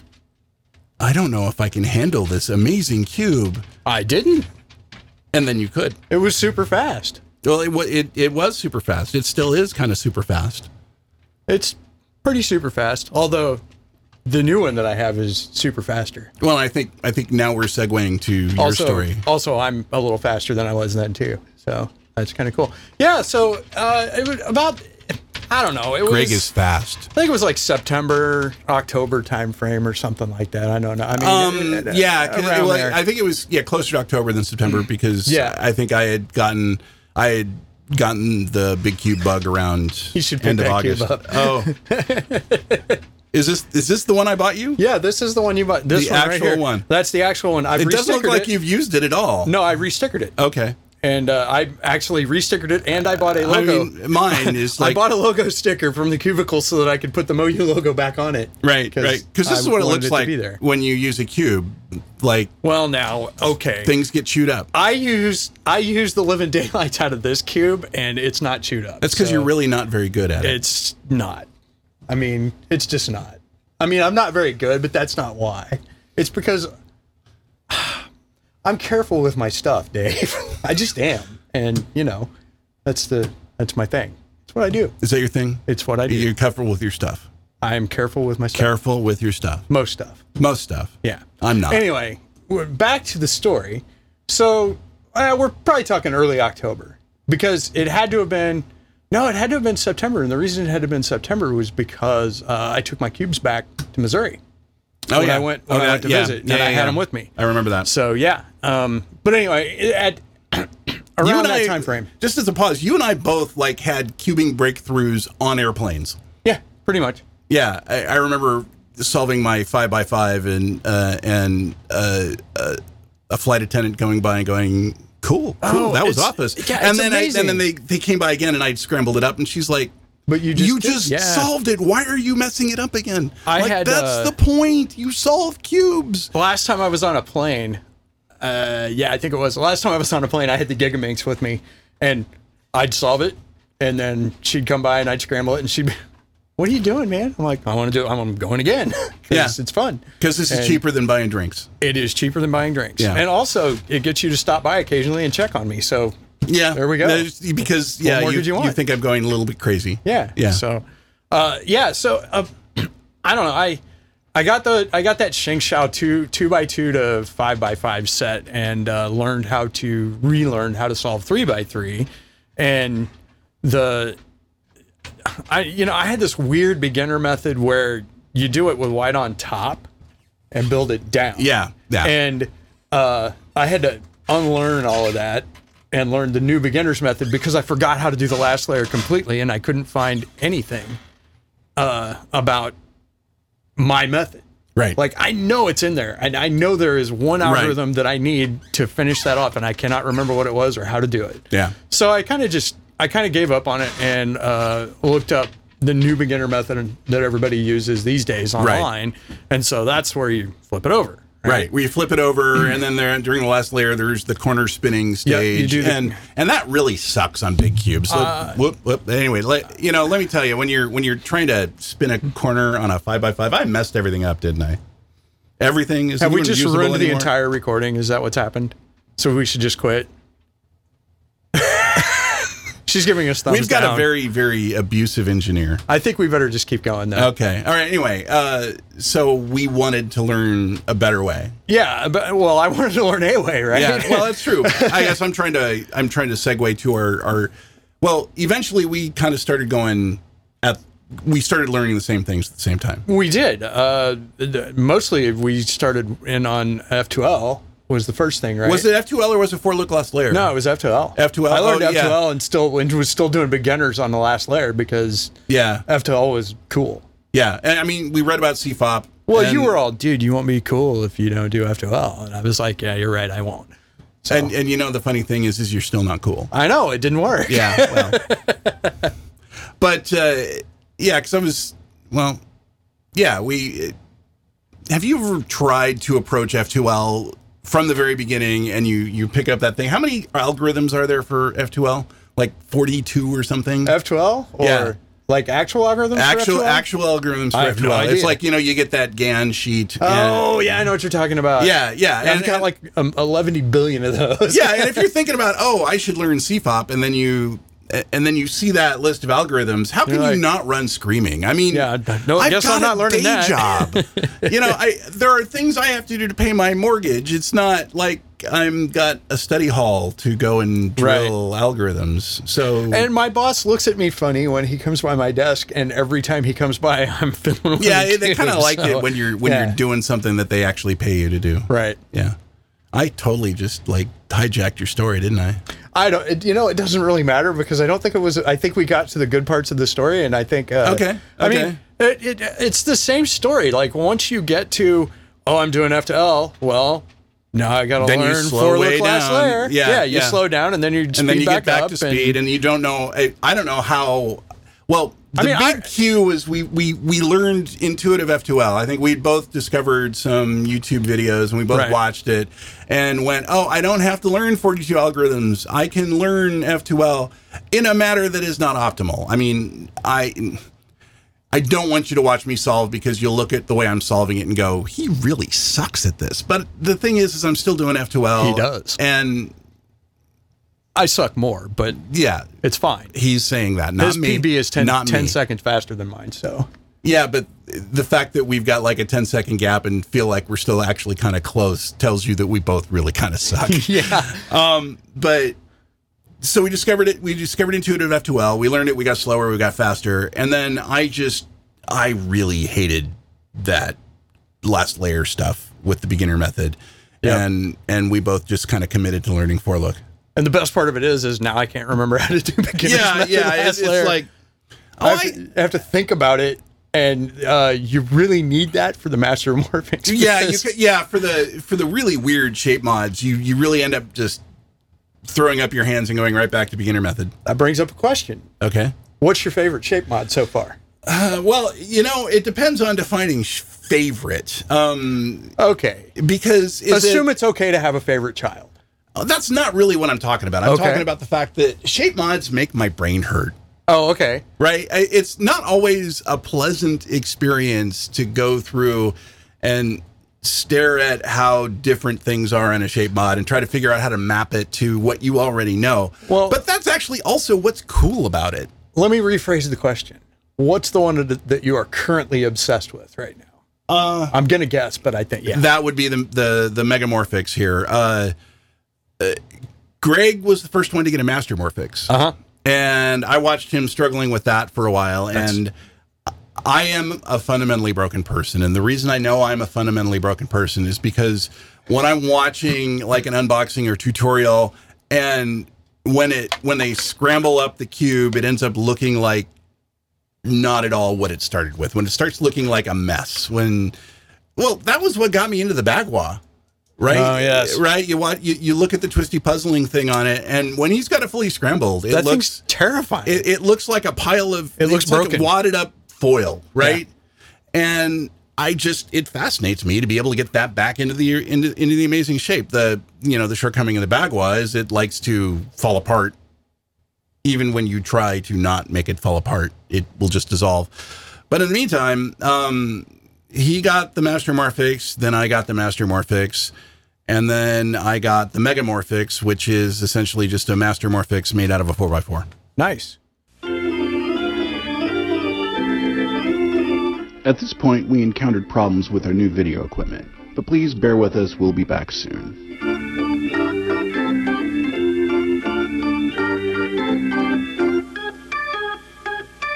[SPEAKER 2] I don't know if I can handle this amazing cube
[SPEAKER 1] I didn't.
[SPEAKER 2] and then you could.
[SPEAKER 1] It was super fast.
[SPEAKER 2] Well it wa- it it was super fast. It still is kind of super fast.
[SPEAKER 1] It's pretty super fast. Although the new one that I have is super faster.
[SPEAKER 2] Well, I think I think now we're segueing to your
[SPEAKER 1] also,
[SPEAKER 2] story.
[SPEAKER 1] Also, I'm a little faster than I was then too. So that's kind of cool. Yeah. So uh, it was about I don't know. It
[SPEAKER 2] Greg
[SPEAKER 1] was
[SPEAKER 2] is fast.
[SPEAKER 1] I think it was like September, October timeframe or something like that. I don't know. I mean,
[SPEAKER 2] Um,
[SPEAKER 1] uh,
[SPEAKER 2] yeah, 'cause it
[SPEAKER 1] around
[SPEAKER 2] was-
[SPEAKER 1] there. Mm.
[SPEAKER 2] I think it was yeah closer to October than September because
[SPEAKER 1] Yeah.
[SPEAKER 2] I think I had gotten I had gotten the big cube bug around
[SPEAKER 1] You should pick
[SPEAKER 2] end of
[SPEAKER 1] that
[SPEAKER 2] August.
[SPEAKER 1] cube up.
[SPEAKER 2] Oh, Is this is this the one I bought you?
[SPEAKER 1] Yeah, this is the one you bought. This
[SPEAKER 2] The
[SPEAKER 1] one right
[SPEAKER 2] actual
[SPEAKER 1] here.
[SPEAKER 2] one.
[SPEAKER 1] That's the actual one. I've
[SPEAKER 2] It doesn't look
[SPEAKER 1] restickered
[SPEAKER 2] like
[SPEAKER 1] it.
[SPEAKER 2] you've used it at all.
[SPEAKER 1] No, I restickered it,
[SPEAKER 2] Okay.
[SPEAKER 1] and uh, I actually restickered it, and I bought a logo.
[SPEAKER 2] I mean, mine is
[SPEAKER 1] I
[SPEAKER 2] like
[SPEAKER 1] bought a logo sticker from the cubicle so that I could put the MoU logo back on it.
[SPEAKER 2] right, right. Because this
[SPEAKER 1] I
[SPEAKER 2] is what it
[SPEAKER 1] wanted
[SPEAKER 2] looks
[SPEAKER 1] to
[SPEAKER 2] like
[SPEAKER 1] be there.
[SPEAKER 2] when you use a cube. Like
[SPEAKER 1] Well, now, okay.
[SPEAKER 2] things get chewed up.
[SPEAKER 1] I use I use the living daylights out of this cube, and it's not chewed up.
[SPEAKER 2] That's because
[SPEAKER 1] so
[SPEAKER 2] you're really not very good at it.
[SPEAKER 1] It's not. I mean, it's just not. I mean, I'm not very good, but that's not why. It's because I'm careful with my stuff, Dave. I just am, and you know, that's the that's my thing. It's what I do.
[SPEAKER 2] Is that your thing?
[SPEAKER 1] It's what I do.
[SPEAKER 2] You're comfortable with your stuff.
[SPEAKER 1] I am careful with my stuff.
[SPEAKER 2] Careful with your stuff.
[SPEAKER 1] most stuff.
[SPEAKER 2] Most stuff.
[SPEAKER 1] Yeah.
[SPEAKER 2] I'm not.
[SPEAKER 1] Anyway, we're back to the story. So uh, we're probably talking early October because it had to have been, no, it had to have been September. And the reason it had to have been September was because uh, I took my cubes back to Missouri
[SPEAKER 2] oh
[SPEAKER 1] when I went, when I
[SPEAKER 2] that-
[SPEAKER 1] went to
[SPEAKER 2] yeah.
[SPEAKER 1] visit and
[SPEAKER 2] Yeah,
[SPEAKER 1] I
[SPEAKER 2] yeah,
[SPEAKER 1] had
[SPEAKER 2] yeah.
[SPEAKER 1] them with me.
[SPEAKER 2] I remember that.
[SPEAKER 1] So yeah. Um, but anyway, at around
[SPEAKER 2] You and
[SPEAKER 1] that
[SPEAKER 2] I-
[SPEAKER 1] time frame.
[SPEAKER 2] Just as a pause, you and I both like had cubing breakthroughs on airplanes.
[SPEAKER 1] Yeah, pretty much.
[SPEAKER 2] Yeah, I, I remember solving my five by five and uh, and uh, uh, a flight attendant going by and going, "Cool, cool,
[SPEAKER 1] Oh,
[SPEAKER 2] that was
[SPEAKER 1] it's-
[SPEAKER 2] office."
[SPEAKER 1] yeah,
[SPEAKER 2] and
[SPEAKER 1] it's
[SPEAKER 2] then I, and
[SPEAKER 1] amazing.
[SPEAKER 2] then they they came by again and I scrambled it up and she's like.
[SPEAKER 1] But you just,
[SPEAKER 2] you
[SPEAKER 1] did-
[SPEAKER 2] just
[SPEAKER 1] yeah.
[SPEAKER 2] solved it. Why are you messing it up again?
[SPEAKER 1] I
[SPEAKER 2] like
[SPEAKER 1] had,
[SPEAKER 2] that's
[SPEAKER 1] uh,
[SPEAKER 2] the point. You solve cubes.
[SPEAKER 1] The last time I was on a plane, uh, yeah, I think it was the last time I was on a plane. I had the Gigaminx with me, and I'd solve it, and then she'd come by and I'd scramble it, and she'd, be, "What are you doing, man?" I'm like, "I want to do. it. I'm going again. 'Cause
[SPEAKER 2] Yeah.
[SPEAKER 1] it's fun.
[SPEAKER 2] Because this is
[SPEAKER 1] And
[SPEAKER 2] cheaper than buying drinks.
[SPEAKER 1] It is cheaper than buying drinks,
[SPEAKER 2] Yeah.
[SPEAKER 1] and also it gets you to stop by occasionally and check on me. So
[SPEAKER 2] Yeah,
[SPEAKER 1] There we go.
[SPEAKER 2] There's- because yeah,
[SPEAKER 1] more
[SPEAKER 2] you,
[SPEAKER 1] did you
[SPEAKER 2] you,
[SPEAKER 1] want?
[SPEAKER 2] think I'm going a little bit crazy.
[SPEAKER 1] Yeah.
[SPEAKER 2] yeah.
[SPEAKER 1] So, uh, yeah. So, uh, I don't know. I, I got the, I got that Shing Shao two, two by two to five by five set and, uh, learned how to relearn how to solve three by three. And the, I, you know, I had this weird beginner method where you do it with white on top and build it down.
[SPEAKER 2] yeah, yeah.
[SPEAKER 1] And uh, I had to unlearn all of that and learn the new beginner's method because I forgot how to do the last layer completely and I couldn't find anything uh, about my method.
[SPEAKER 2] right.
[SPEAKER 1] Like I know it's in there and I know there is one algorithm that I need to finish that off and I cannot remember what it was or how to do it.
[SPEAKER 2] yeah.
[SPEAKER 1] So I kind of just I kind of gave up on it and uh, looked up the new beginner method that everybody uses these days online, and so that's where you flip it over.
[SPEAKER 2] Right, Mm. where you flip it over, and then there during the last layer, there's the corner spinning stage,
[SPEAKER 1] do the-
[SPEAKER 2] and and that really sucks on big cubes. So, whoop, whoop. Anyway, let, you know, let me tell you, when you're when you're trying to spin a corner on a five by five, I messed everything up, didn't I? Everything is
[SPEAKER 1] Have we just
[SPEAKER 2] unusable
[SPEAKER 1] ruined the
[SPEAKER 2] anymore.
[SPEAKER 1] entire recording? Is that what's happened? So we should just quit. She's giving us thumbs
[SPEAKER 2] We've got
[SPEAKER 1] down.
[SPEAKER 2] a very very abusive engineer.
[SPEAKER 1] I think we better just keep going though.
[SPEAKER 2] Okay, all right. Anyway, uh, so we wanted to learn a better way.
[SPEAKER 1] yeah, but well, I wanted to learn a way, right?
[SPEAKER 2] Yeah, well, that's true. I guess I'm trying to I'm trying to segue to our our. Well, eventually we kind of started going at we started learning the same things at the same time.
[SPEAKER 1] We did. Uh, th- mostly, we started in on F2L was the first thing, right?
[SPEAKER 2] Was it F2L or was it four look last layer?
[SPEAKER 1] No, it was F2L.
[SPEAKER 2] F2L?
[SPEAKER 1] I learned
[SPEAKER 2] Oh,
[SPEAKER 1] F2L
[SPEAKER 2] yeah.
[SPEAKER 1] and still and was still doing beginners on the last layer because
[SPEAKER 2] Yeah,
[SPEAKER 1] F2L was cool.
[SPEAKER 2] yeah. And I mean, we read about CFOP.
[SPEAKER 1] Well,
[SPEAKER 2] and,
[SPEAKER 1] you were all, dude, you won't be cool if you don't do F2L, and I was like, yeah, you're right, I won't.
[SPEAKER 2] and and you know the funny thing is is you're still not cool.
[SPEAKER 1] I know it didn't work.
[SPEAKER 2] Yeah. Well. but uh, yeah, because I was well, yeah. We have you ever tried to approach F2L from the very beginning, and you you pick up that thing? How many algorithms are there for F2L? Like forty two or something?
[SPEAKER 1] F2L or
[SPEAKER 2] Yeah.
[SPEAKER 1] like actual algorithms. for
[SPEAKER 2] actual
[SPEAKER 1] F2L?
[SPEAKER 2] actual algorithms for
[SPEAKER 1] I have
[SPEAKER 2] F2L.
[SPEAKER 1] no
[SPEAKER 2] it's
[SPEAKER 1] idea.
[SPEAKER 2] like you know you get that GAN sheet.
[SPEAKER 1] Oh yeah, I know what you're talking about.
[SPEAKER 2] and, yeah, yeah,
[SPEAKER 1] I've got like um, 11 billion of those.
[SPEAKER 2] yeah, and if you're thinking about, oh, I should learn CFOP, and then you and then you see that list of algorithms, how can
[SPEAKER 1] You're like-
[SPEAKER 2] you not run screaming? I mean,
[SPEAKER 1] Yeah, no, I
[SPEAKER 2] I've
[SPEAKER 1] guess I'm
[SPEAKER 2] got a
[SPEAKER 1] not learning
[SPEAKER 2] day
[SPEAKER 1] that.
[SPEAKER 2] job. you know, I there are things I have to do to pay my mortgage. It's not like I'm got a study hall to go and
[SPEAKER 1] Right.
[SPEAKER 2] drill algorithms. So
[SPEAKER 1] And my boss looks at me funny when he comes by my desk, and every time he comes by, I'm filming. with
[SPEAKER 2] yeah,
[SPEAKER 1] him,
[SPEAKER 2] they kind of
[SPEAKER 1] too,
[SPEAKER 2] like
[SPEAKER 1] so,
[SPEAKER 2] it when you're when
[SPEAKER 1] yeah.
[SPEAKER 2] you're doing something that they actually pay you to do.
[SPEAKER 1] right.
[SPEAKER 2] Yeah. I totally just like hijacked your story, didn't I?
[SPEAKER 1] I don't. It, you know, it doesn't really matter because I don't think it was. I think we got to the good parts of the story, and I think. Uh,
[SPEAKER 2] Okay,
[SPEAKER 1] I
[SPEAKER 2] okay.
[SPEAKER 1] mean, it, it, it's the same story. Like once you get to, oh, I'm doing F to L. Well, now I got to
[SPEAKER 2] Then you
[SPEAKER 1] learn
[SPEAKER 2] slow
[SPEAKER 1] four
[SPEAKER 2] way
[SPEAKER 1] look last
[SPEAKER 2] down.
[SPEAKER 1] layer.
[SPEAKER 2] Yeah,
[SPEAKER 1] you
[SPEAKER 2] yeah.
[SPEAKER 1] slow down, and then you
[SPEAKER 2] and then you
[SPEAKER 1] back
[SPEAKER 2] get back
[SPEAKER 1] up
[SPEAKER 2] to
[SPEAKER 1] and-
[SPEAKER 2] speed, and, you don't know. I, I don't know how. Well, the
[SPEAKER 1] I mean, I-
[SPEAKER 2] big cue is we we we learned intuitive F2L. I think we both discovered some YouTube videos and we both
[SPEAKER 1] Right.
[SPEAKER 2] watched it and went, "Oh, I don't have to learn 42 algorithms. I can learn F2L in a matter that is not optimal." I mean, I I don't want you to watch me solve because you'll look at the way I'm solving it and go, "He really sucks at this." But the thing is, is I'm still doing F2L.
[SPEAKER 1] He does.
[SPEAKER 2] and
[SPEAKER 1] I suck more, but
[SPEAKER 2] yeah,
[SPEAKER 1] it's fine.
[SPEAKER 2] he's saying that. Not
[SPEAKER 1] His
[SPEAKER 2] me.
[SPEAKER 1] PB is 10,
[SPEAKER 2] not
[SPEAKER 1] 10
[SPEAKER 2] me.
[SPEAKER 1] seconds faster than mine. So
[SPEAKER 2] Yeah, but the fact that we've got like a 10 second gap and feel like we're still actually kind of close tells you that we both really kind of suck.
[SPEAKER 1] yeah,
[SPEAKER 2] but so we discovered it. We discovered intuitive F2L. We learned it. We got slower. We got faster. And then I just, I really hated that last layer stuff with the beginner method.
[SPEAKER 1] Yep.
[SPEAKER 2] And and we both just kind of committed to learning for look.
[SPEAKER 1] and the best part of it is, is now I can't remember how to do beginner's method last layer. I
[SPEAKER 2] oh,
[SPEAKER 1] have,
[SPEAKER 2] I-
[SPEAKER 1] to, I have to think about it, and uh, you really need that for the Master of Morph experience.
[SPEAKER 2] yeah, you could, yeah. For the for the really weird shape mods, you you really end up just throwing up your hands and going right back to beginner method.
[SPEAKER 1] that brings up a question.
[SPEAKER 2] Okay.
[SPEAKER 1] What's your favorite shape mod so far?
[SPEAKER 2] Uh, well, you know, it depends on defining sh- favorite. Um,
[SPEAKER 1] Okay,
[SPEAKER 2] because is
[SPEAKER 1] assume
[SPEAKER 2] it,
[SPEAKER 1] it's okay to have a favorite child.
[SPEAKER 2] oh, that's not really what I'm talking about. I'm
[SPEAKER 1] Okay.
[SPEAKER 2] talking about the fact that shape mods make my brain hurt.
[SPEAKER 1] Oh, okay.
[SPEAKER 2] right? I- It's not always a pleasant experience to go through and stare at how different things are in a shape mod and try to figure out how to map it to what you already know.
[SPEAKER 1] Well-
[SPEAKER 2] but that's actually also what's cool about it.
[SPEAKER 1] Let me rephrase the question. What's the one that, that you are currently obsessed with right now? Uh, I'm gonna guess, but I think yeah.
[SPEAKER 2] That would be the the the megamorphics here. Uh, uh, Greg was the first one to get a master morphix.
[SPEAKER 1] Uh huh.
[SPEAKER 2] and I watched him struggling with that for a while. and I am a fundamentally broken person, and the reason I know I'm a fundamentally broken person is because when I'm watching like an unboxing or tutorial, and when it when they scramble up the cube, it ends up looking like not at all what it started with. When it starts looking like a mess, when well, that was what got me into the Bagua. Right.
[SPEAKER 1] Oh, yes.
[SPEAKER 2] Right. You want you, you look at the twisty puzzling thing on it, and when he's got it fully scrambled, it
[SPEAKER 1] That
[SPEAKER 2] looks
[SPEAKER 1] thing's terrifying.
[SPEAKER 2] it, it looks like a pile of
[SPEAKER 1] It looks
[SPEAKER 2] it's like
[SPEAKER 1] broken.
[SPEAKER 2] a wadded up foil, right? And I just it fascinates me to be able to get that back into the into into the amazing shape. The you know the shortcoming of the Bagua is it likes to fall apart. Even when you try to not make it fall apart, it will just dissolve. But in the meantime, um, he got the Master Morphix, then I got the Master Morphix, and then I got the Mega Morphix, which is essentially just a Master Morphix made out of a 4x4.
[SPEAKER 1] nice.
[SPEAKER 3] At this point, we encountered problems with our new video equipment, but please bear with us, we'll be back soon.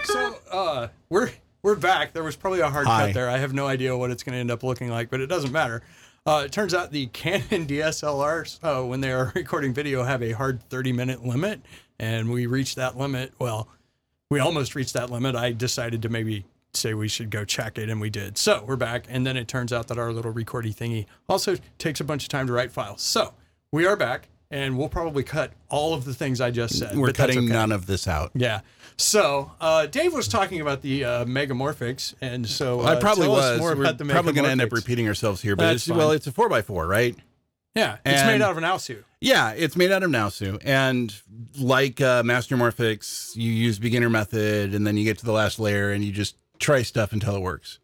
[SPEAKER 1] So uh, we're we're back. There was probably a hard
[SPEAKER 2] Hi.
[SPEAKER 1] cut there. I have no idea what it's going to end up looking like, but it doesn't matter. Uh, it turns out the Canon DSLRs, uh, when they are recording video, have a hard 30 minute limit, and we reached that limit. Well, we almost reached that limit. I decided to maybe say we should go check it, and we did. So we're back, and then it turns out that our little recordy thingy also takes a bunch of time to write files. So we are back, and we'll probably cut all of the things I just said.
[SPEAKER 2] We're
[SPEAKER 1] but that's
[SPEAKER 2] cutting
[SPEAKER 1] okay.
[SPEAKER 2] none of this out.
[SPEAKER 1] Yeah. So uh, Dave was talking about the uh, megamorphics, and so uh,
[SPEAKER 2] I probably
[SPEAKER 1] tell us
[SPEAKER 2] was.
[SPEAKER 1] more
[SPEAKER 2] We're
[SPEAKER 1] about the
[SPEAKER 2] probably going to end up
[SPEAKER 1] megamorphics.
[SPEAKER 2] repeating ourselves here, but
[SPEAKER 1] That's
[SPEAKER 2] it's, well,
[SPEAKER 1] fine.
[SPEAKER 2] it's a four x four, right?
[SPEAKER 1] Yeah, it's
[SPEAKER 2] and-
[SPEAKER 1] made out of an Alsu.
[SPEAKER 2] Yeah, it's made out of Naosu, and like uh, Master Morphix, you use beginner method, and then you get to the last layer, and you just try stuff until it works.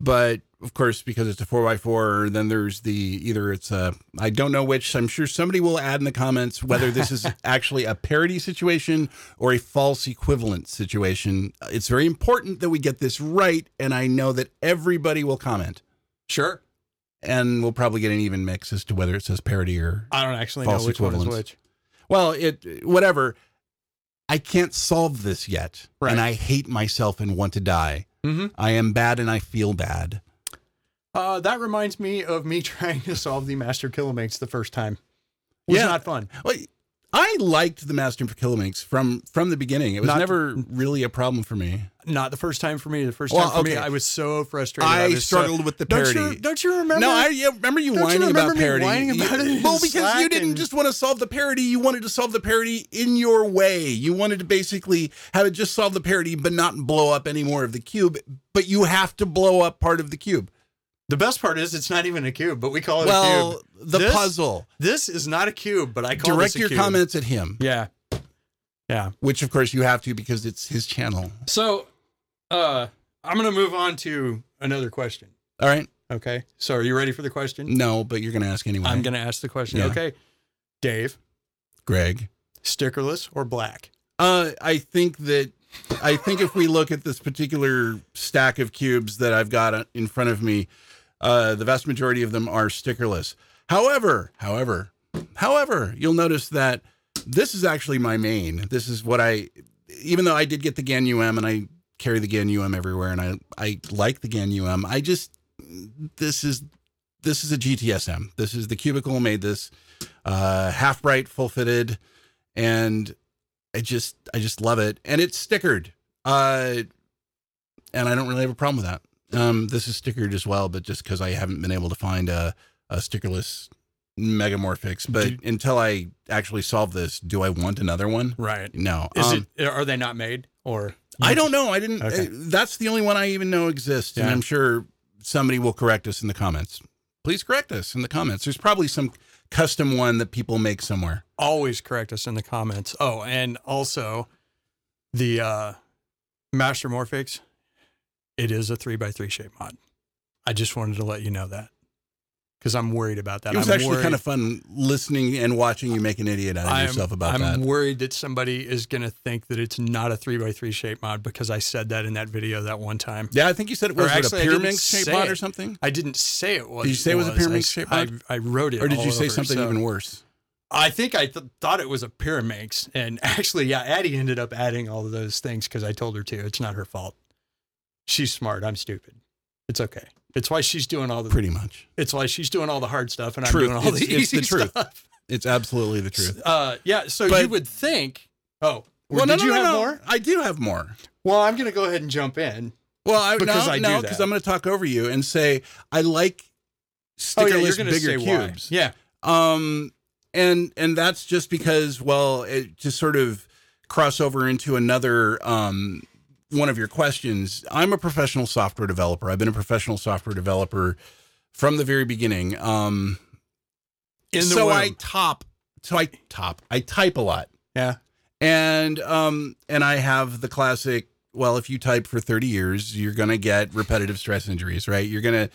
[SPEAKER 2] But of course, because it's a four x four, then there's the either it's a I don't know which. I'm sure somebody will add in the comments whether this is actually a parody situation or a false equivalent situation. It's very important that we get this right, and I know that everybody will comment.
[SPEAKER 1] Sure.
[SPEAKER 2] and we'll probably get an even mix as to whether it says parody or
[SPEAKER 1] I don't actually
[SPEAKER 2] False
[SPEAKER 1] know which one is
[SPEAKER 2] equivalents.
[SPEAKER 1] which.
[SPEAKER 2] well it whatever i can't solve this yet
[SPEAKER 1] Right.
[SPEAKER 2] and i hate myself and want to die
[SPEAKER 1] Mm-hmm.
[SPEAKER 2] i am bad and i feel bad
[SPEAKER 1] Uh, that reminds me of me trying to solve the Master Kilomates the first time. It was
[SPEAKER 2] Yeah.
[SPEAKER 1] not fun.
[SPEAKER 2] well, I liked the Master of Killaminx from from the beginning. It was
[SPEAKER 1] Not-
[SPEAKER 2] never really a problem for me.
[SPEAKER 1] Not the first time for me. The first
[SPEAKER 2] Well,
[SPEAKER 1] time for me,
[SPEAKER 2] okay.
[SPEAKER 1] I was so frustrated.
[SPEAKER 2] I
[SPEAKER 1] was so-
[SPEAKER 2] struggled with the
[SPEAKER 1] Don't
[SPEAKER 2] parody.
[SPEAKER 1] you, don't you remember?
[SPEAKER 2] no, I yeah, remember you
[SPEAKER 1] Don't you
[SPEAKER 2] whining
[SPEAKER 1] remember
[SPEAKER 2] about
[SPEAKER 1] me
[SPEAKER 2] parody.
[SPEAKER 1] whining about
[SPEAKER 2] You-
[SPEAKER 1] it?
[SPEAKER 2] Well, because you
[SPEAKER 1] Slack
[SPEAKER 2] didn't
[SPEAKER 1] and-
[SPEAKER 2] just want to solve the parody. You wanted to solve the parody in your way. You wanted to basically have it just solve the parody, but not blow up any more of the cube. But you have to blow up part of the cube.
[SPEAKER 1] the best part is it's not even a cube, but we call it a
[SPEAKER 2] Well,
[SPEAKER 1] cube.
[SPEAKER 2] the
[SPEAKER 1] This-
[SPEAKER 2] puzzle.
[SPEAKER 1] This is not a cube, but I call
[SPEAKER 2] Direct
[SPEAKER 1] this a
[SPEAKER 2] your
[SPEAKER 1] cube.
[SPEAKER 2] comments at him,
[SPEAKER 1] Yeah, yeah.
[SPEAKER 2] which of course you have to because it's his channel.
[SPEAKER 1] So, uh, I'm gonna move on to another question.
[SPEAKER 2] All right.
[SPEAKER 1] Okay. So, are you ready for the question?
[SPEAKER 2] No, but you're going to ask anyway.
[SPEAKER 1] I'm gonna ask the question.
[SPEAKER 2] Yeah.
[SPEAKER 1] Okay, Dave,
[SPEAKER 2] Greg.
[SPEAKER 1] stickerless or black?
[SPEAKER 2] Uh, I think that I think if we look at this particular stack of cubes that I've got uh, in front of me, uh, the vast majority of them are stickerless. However, however, however, you'll notice that this is actually my main. This is what I, even though I did get the Gan UM and I carry the Gan UM everywhere, and I I like the Gan UM. I just this is this is a GTSM. This is the cubicle made this uh, half bright, full fitted, and I just I just love it, and it's stickered. Uh, and I don't really have a problem with that. Um, this is stickered as well, but just because I haven't been able to find a, a stickerless Megamorphix. But
[SPEAKER 1] Did-
[SPEAKER 2] until I actually solve this, do I want another one?
[SPEAKER 1] Right.
[SPEAKER 2] No.
[SPEAKER 1] Is
[SPEAKER 2] Um,
[SPEAKER 1] it? eh, Are they not made or?
[SPEAKER 2] I don't know. I didn't.
[SPEAKER 1] Okay.
[SPEAKER 2] uh, that's the only one I even know exists, and
[SPEAKER 1] Yeah.
[SPEAKER 2] I'm sure somebody will correct us in the comments. Please correct us in the comments. There's probably some custom one that people make somewhere.
[SPEAKER 1] always correct us in the comments. Oh, and also the uh, Master Morphix, it is a three by three shape mod. I just wanted to let you know that because I'm worried about that.
[SPEAKER 2] It was
[SPEAKER 1] I'm
[SPEAKER 2] actually
[SPEAKER 1] worried-
[SPEAKER 2] kind of fun listening and watching you make an idiot out of
[SPEAKER 1] I'm,
[SPEAKER 2] yourself about
[SPEAKER 1] I'm
[SPEAKER 2] that.
[SPEAKER 1] worried that somebody is going to think that it's not a three by three shape mod because I said that in that video that one time.
[SPEAKER 2] Yeah, I think you said it
[SPEAKER 1] Or
[SPEAKER 2] was it
[SPEAKER 1] actually, I
[SPEAKER 2] a
[SPEAKER 1] didn't
[SPEAKER 2] pyramid shape
[SPEAKER 1] say
[SPEAKER 2] mod
[SPEAKER 1] it.
[SPEAKER 2] or something,
[SPEAKER 1] I didn't say it was.
[SPEAKER 2] Did you say it was a pyramid shape
[SPEAKER 1] I,
[SPEAKER 2] mod?
[SPEAKER 1] I wrote it.
[SPEAKER 2] or did
[SPEAKER 1] all
[SPEAKER 2] you say
[SPEAKER 1] over,
[SPEAKER 2] something
[SPEAKER 1] so-
[SPEAKER 2] even worse?
[SPEAKER 1] I think I th- thought it was a Pyraminx. And actually, yeah, Addie ended up adding all of those things because I told her to. It's not her fault. She's smart. I'm stupid. It's okay. It's why she's doing all the
[SPEAKER 2] Pretty much,
[SPEAKER 1] it's why she's doing all the hard stuff and
[SPEAKER 2] Truth.
[SPEAKER 1] I'm doing all
[SPEAKER 2] It's-
[SPEAKER 1] the
[SPEAKER 2] it's
[SPEAKER 1] easy
[SPEAKER 2] the truth.
[SPEAKER 1] stuff.
[SPEAKER 2] it's absolutely the truth.
[SPEAKER 1] Uh, yeah. So
[SPEAKER 2] But-
[SPEAKER 1] you would think. Oh, well,
[SPEAKER 2] no,
[SPEAKER 1] did
[SPEAKER 2] no,
[SPEAKER 1] you
[SPEAKER 2] no,
[SPEAKER 1] have
[SPEAKER 2] no.
[SPEAKER 1] more?
[SPEAKER 2] I do have more.
[SPEAKER 1] Well, I'm gonna go ahead and jump in.
[SPEAKER 2] Well, I,
[SPEAKER 1] Because
[SPEAKER 2] no,
[SPEAKER 1] I do
[SPEAKER 2] no,
[SPEAKER 1] that.
[SPEAKER 2] because I'm going to talk over you and say I like
[SPEAKER 1] Oh, yeah, you're
[SPEAKER 2] stickerless
[SPEAKER 1] gonna
[SPEAKER 2] bigger
[SPEAKER 1] say why.
[SPEAKER 2] cubes.
[SPEAKER 1] Yeah.
[SPEAKER 2] Um, and and that's just because well, it just sort of crossover into another um one of your questions. I'm a professional software developer. I've been a professional software developer from the very beginning. Um,
[SPEAKER 1] In the
[SPEAKER 2] so
[SPEAKER 1] womb.
[SPEAKER 2] I top, so I top, I type a lot
[SPEAKER 1] yeah.
[SPEAKER 2] and um and I have the classic. Well, if you type for thirty years, you're gonna get repetitive stress injuries, right? You're gonna.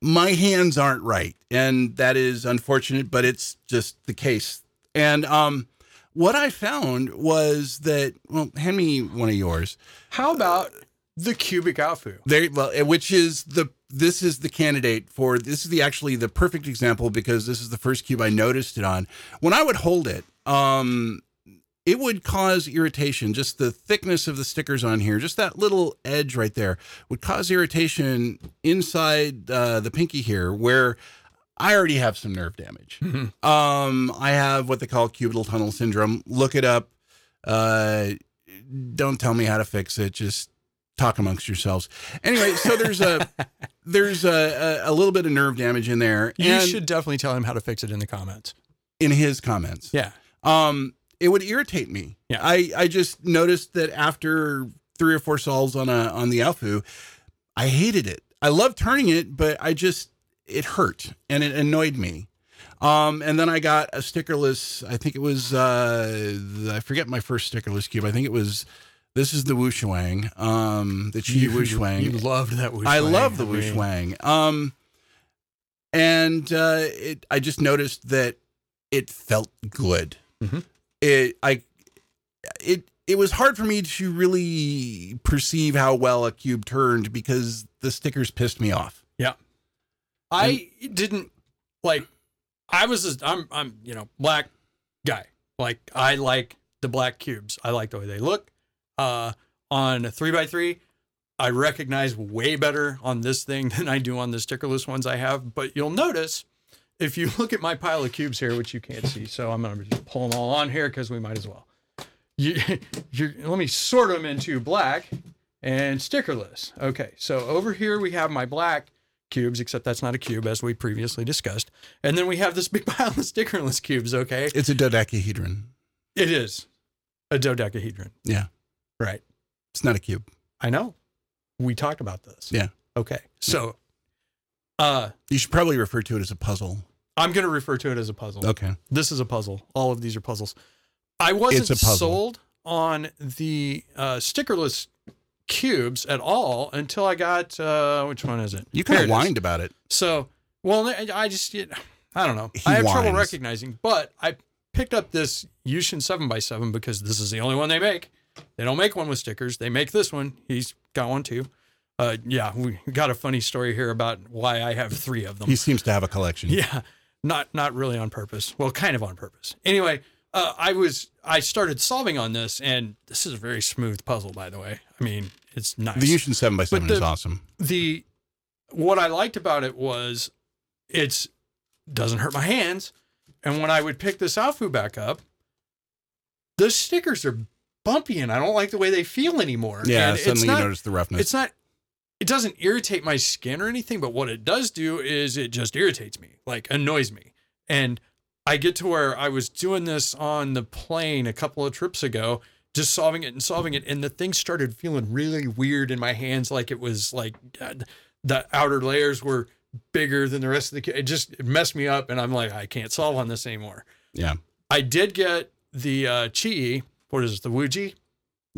[SPEAKER 2] My hands aren't right, and that is unfortunate, but it's just the case. And um, what I found was that well, hand me one of yours.
[SPEAKER 1] How about the cubic outfoo?
[SPEAKER 2] There, well, eh, which is the this is the candidate for this is the actually the perfect example because this is the first cube I noticed it on. When I would hold it, um, it would cause irritation. Just the thickness of the stickers on here, just that little edge right there, would cause irritation inside uh, the pinky here, where I already have some nerve damage.
[SPEAKER 1] Mm-hmm.
[SPEAKER 2] Um, I have what they call cubital tunnel syndrome. Look it up. Uh, don't tell me how to fix it. Just talk amongst yourselves. Anyway, so there's a there's a, a, a little bit of nerve damage in there.
[SPEAKER 1] You
[SPEAKER 2] and
[SPEAKER 1] should definitely tell him how to fix it in the comments.
[SPEAKER 2] in his comments
[SPEAKER 1] Yeah.
[SPEAKER 2] um, it would irritate me.
[SPEAKER 1] Yeah.
[SPEAKER 2] I, I just noticed that after three or four solves on a on the Alfu, I hated it. I loved turning it, but I just it hurt and it annoyed me. Um, and then I got a stickerless. I think it was uh, the- I forget my first stickerless cube. I think it was this is the Wushuang, um, the Chi Wushuang.
[SPEAKER 1] You loved that Wushwang.
[SPEAKER 2] I love the
[SPEAKER 1] I mean,
[SPEAKER 2] Wush Wang. Um, and uh, it, I just noticed that it felt good.
[SPEAKER 1] Mhm.
[SPEAKER 2] It, I, it, it was hard for me to really perceive how well a cube turned because the stickers pissed me off.
[SPEAKER 1] I didn't like. I was just, I'm I'm you know black guy. Like I like the black cubes. I like the way they look. Uh, on a three by three, I recognize way better on this thing than I do on the stickerless ones I have. But you'll notice if you look at my pile of cubes here, which you can't see, so I'm gonna just pull them all on here because we might as well. You, you, let me sort them into black and stickerless. Okay, so over here we have my black cubes, except that's not a cube as we previously discussed, and then we have this big pile of stickerless cubes. Okay,
[SPEAKER 2] It's a dodecahedron.
[SPEAKER 1] it is a dodecahedron,
[SPEAKER 2] Yeah.
[SPEAKER 1] right?
[SPEAKER 2] It's not a cube.
[SPEAKER 1] I know. We talked about this.
[SPEAKER 2] Yeah.
[SPEAKER 1] Okay, so uh,
[SPEAKER 2] You should probably refer to it as a puzzle.
[SPEAKER 1] I'm gonna refer to it as a puzzle.
[SPEAKER 2] Okay.
[SPEAKER 1] this is a puzzle. All of these are puzzles. I wasn't
[SPEAKER 2] It's a puzzle.
[SPEAKER 1] sold on the uh, stickerless cubes at all until I got uh, which one is it?
[SPEAKER 2] You kind
[SPEAKER 1] Here
[SPEAKER 2] of
[SPEAKER 1] it is.
[SPEAKER 2] whined about it.
[SPEAKER 1] So, well, I I just it, I don't know.
[SPEAKER 2] He
[SPEAKER 1] I have trouble
[SPEAKER 2] whines.
[SPEAKER 1] recognizing, but I picked up this Yushin seven x seven because this is the only one they make. They don't make one with stickers. They make this one. He's got one too. Uh, yeah, we got a funny story here about why I have three of them.
[SPEAKER 2] He seems to have a collection.
[SPEAKER 1] Yeah, not not really on purpose. Well, kind of on purpose. Anyway, uh, I was I started solving on this, and this is a very smooth puzzle, by the way. I mean, it's nice.
[SPEAKER 2] The Yushin 7x7
[SPEAKER 1] But
[SPEAKER 2] is
[SPEAKER 1] the-
[SPEAKER 2] awesome.
[SPEAKER 1] the what I liked about it was it's doesn't hurt my hands, and when I would pick this Alfu back up, the stickers are bumpy, and I don't like the way they feel anymore.
[SPEAKER 2] Yeah,
[SPEAKER 1] And it's
[SPEAKER 2] suddenly
[SPEAKER 1] not-
[SPEAKER 2] you notice the roughness.
[SPEAKER 1] it's not it doesn't irritate my skin or anything but what it does do is it just irritates me like annoys me and i get to where i was doing this on the plane a couple of trips ago just solving it and solving it and the thing started feeling really weird in my hands like it was like uh, the outer layers were bigger than the rest of the ca- it just it messed me up and i'm like i can't solve on this anymore
[SPEAKER 2] yeah.
[SPEAKER 1] i did get the uh chi what is it the wuji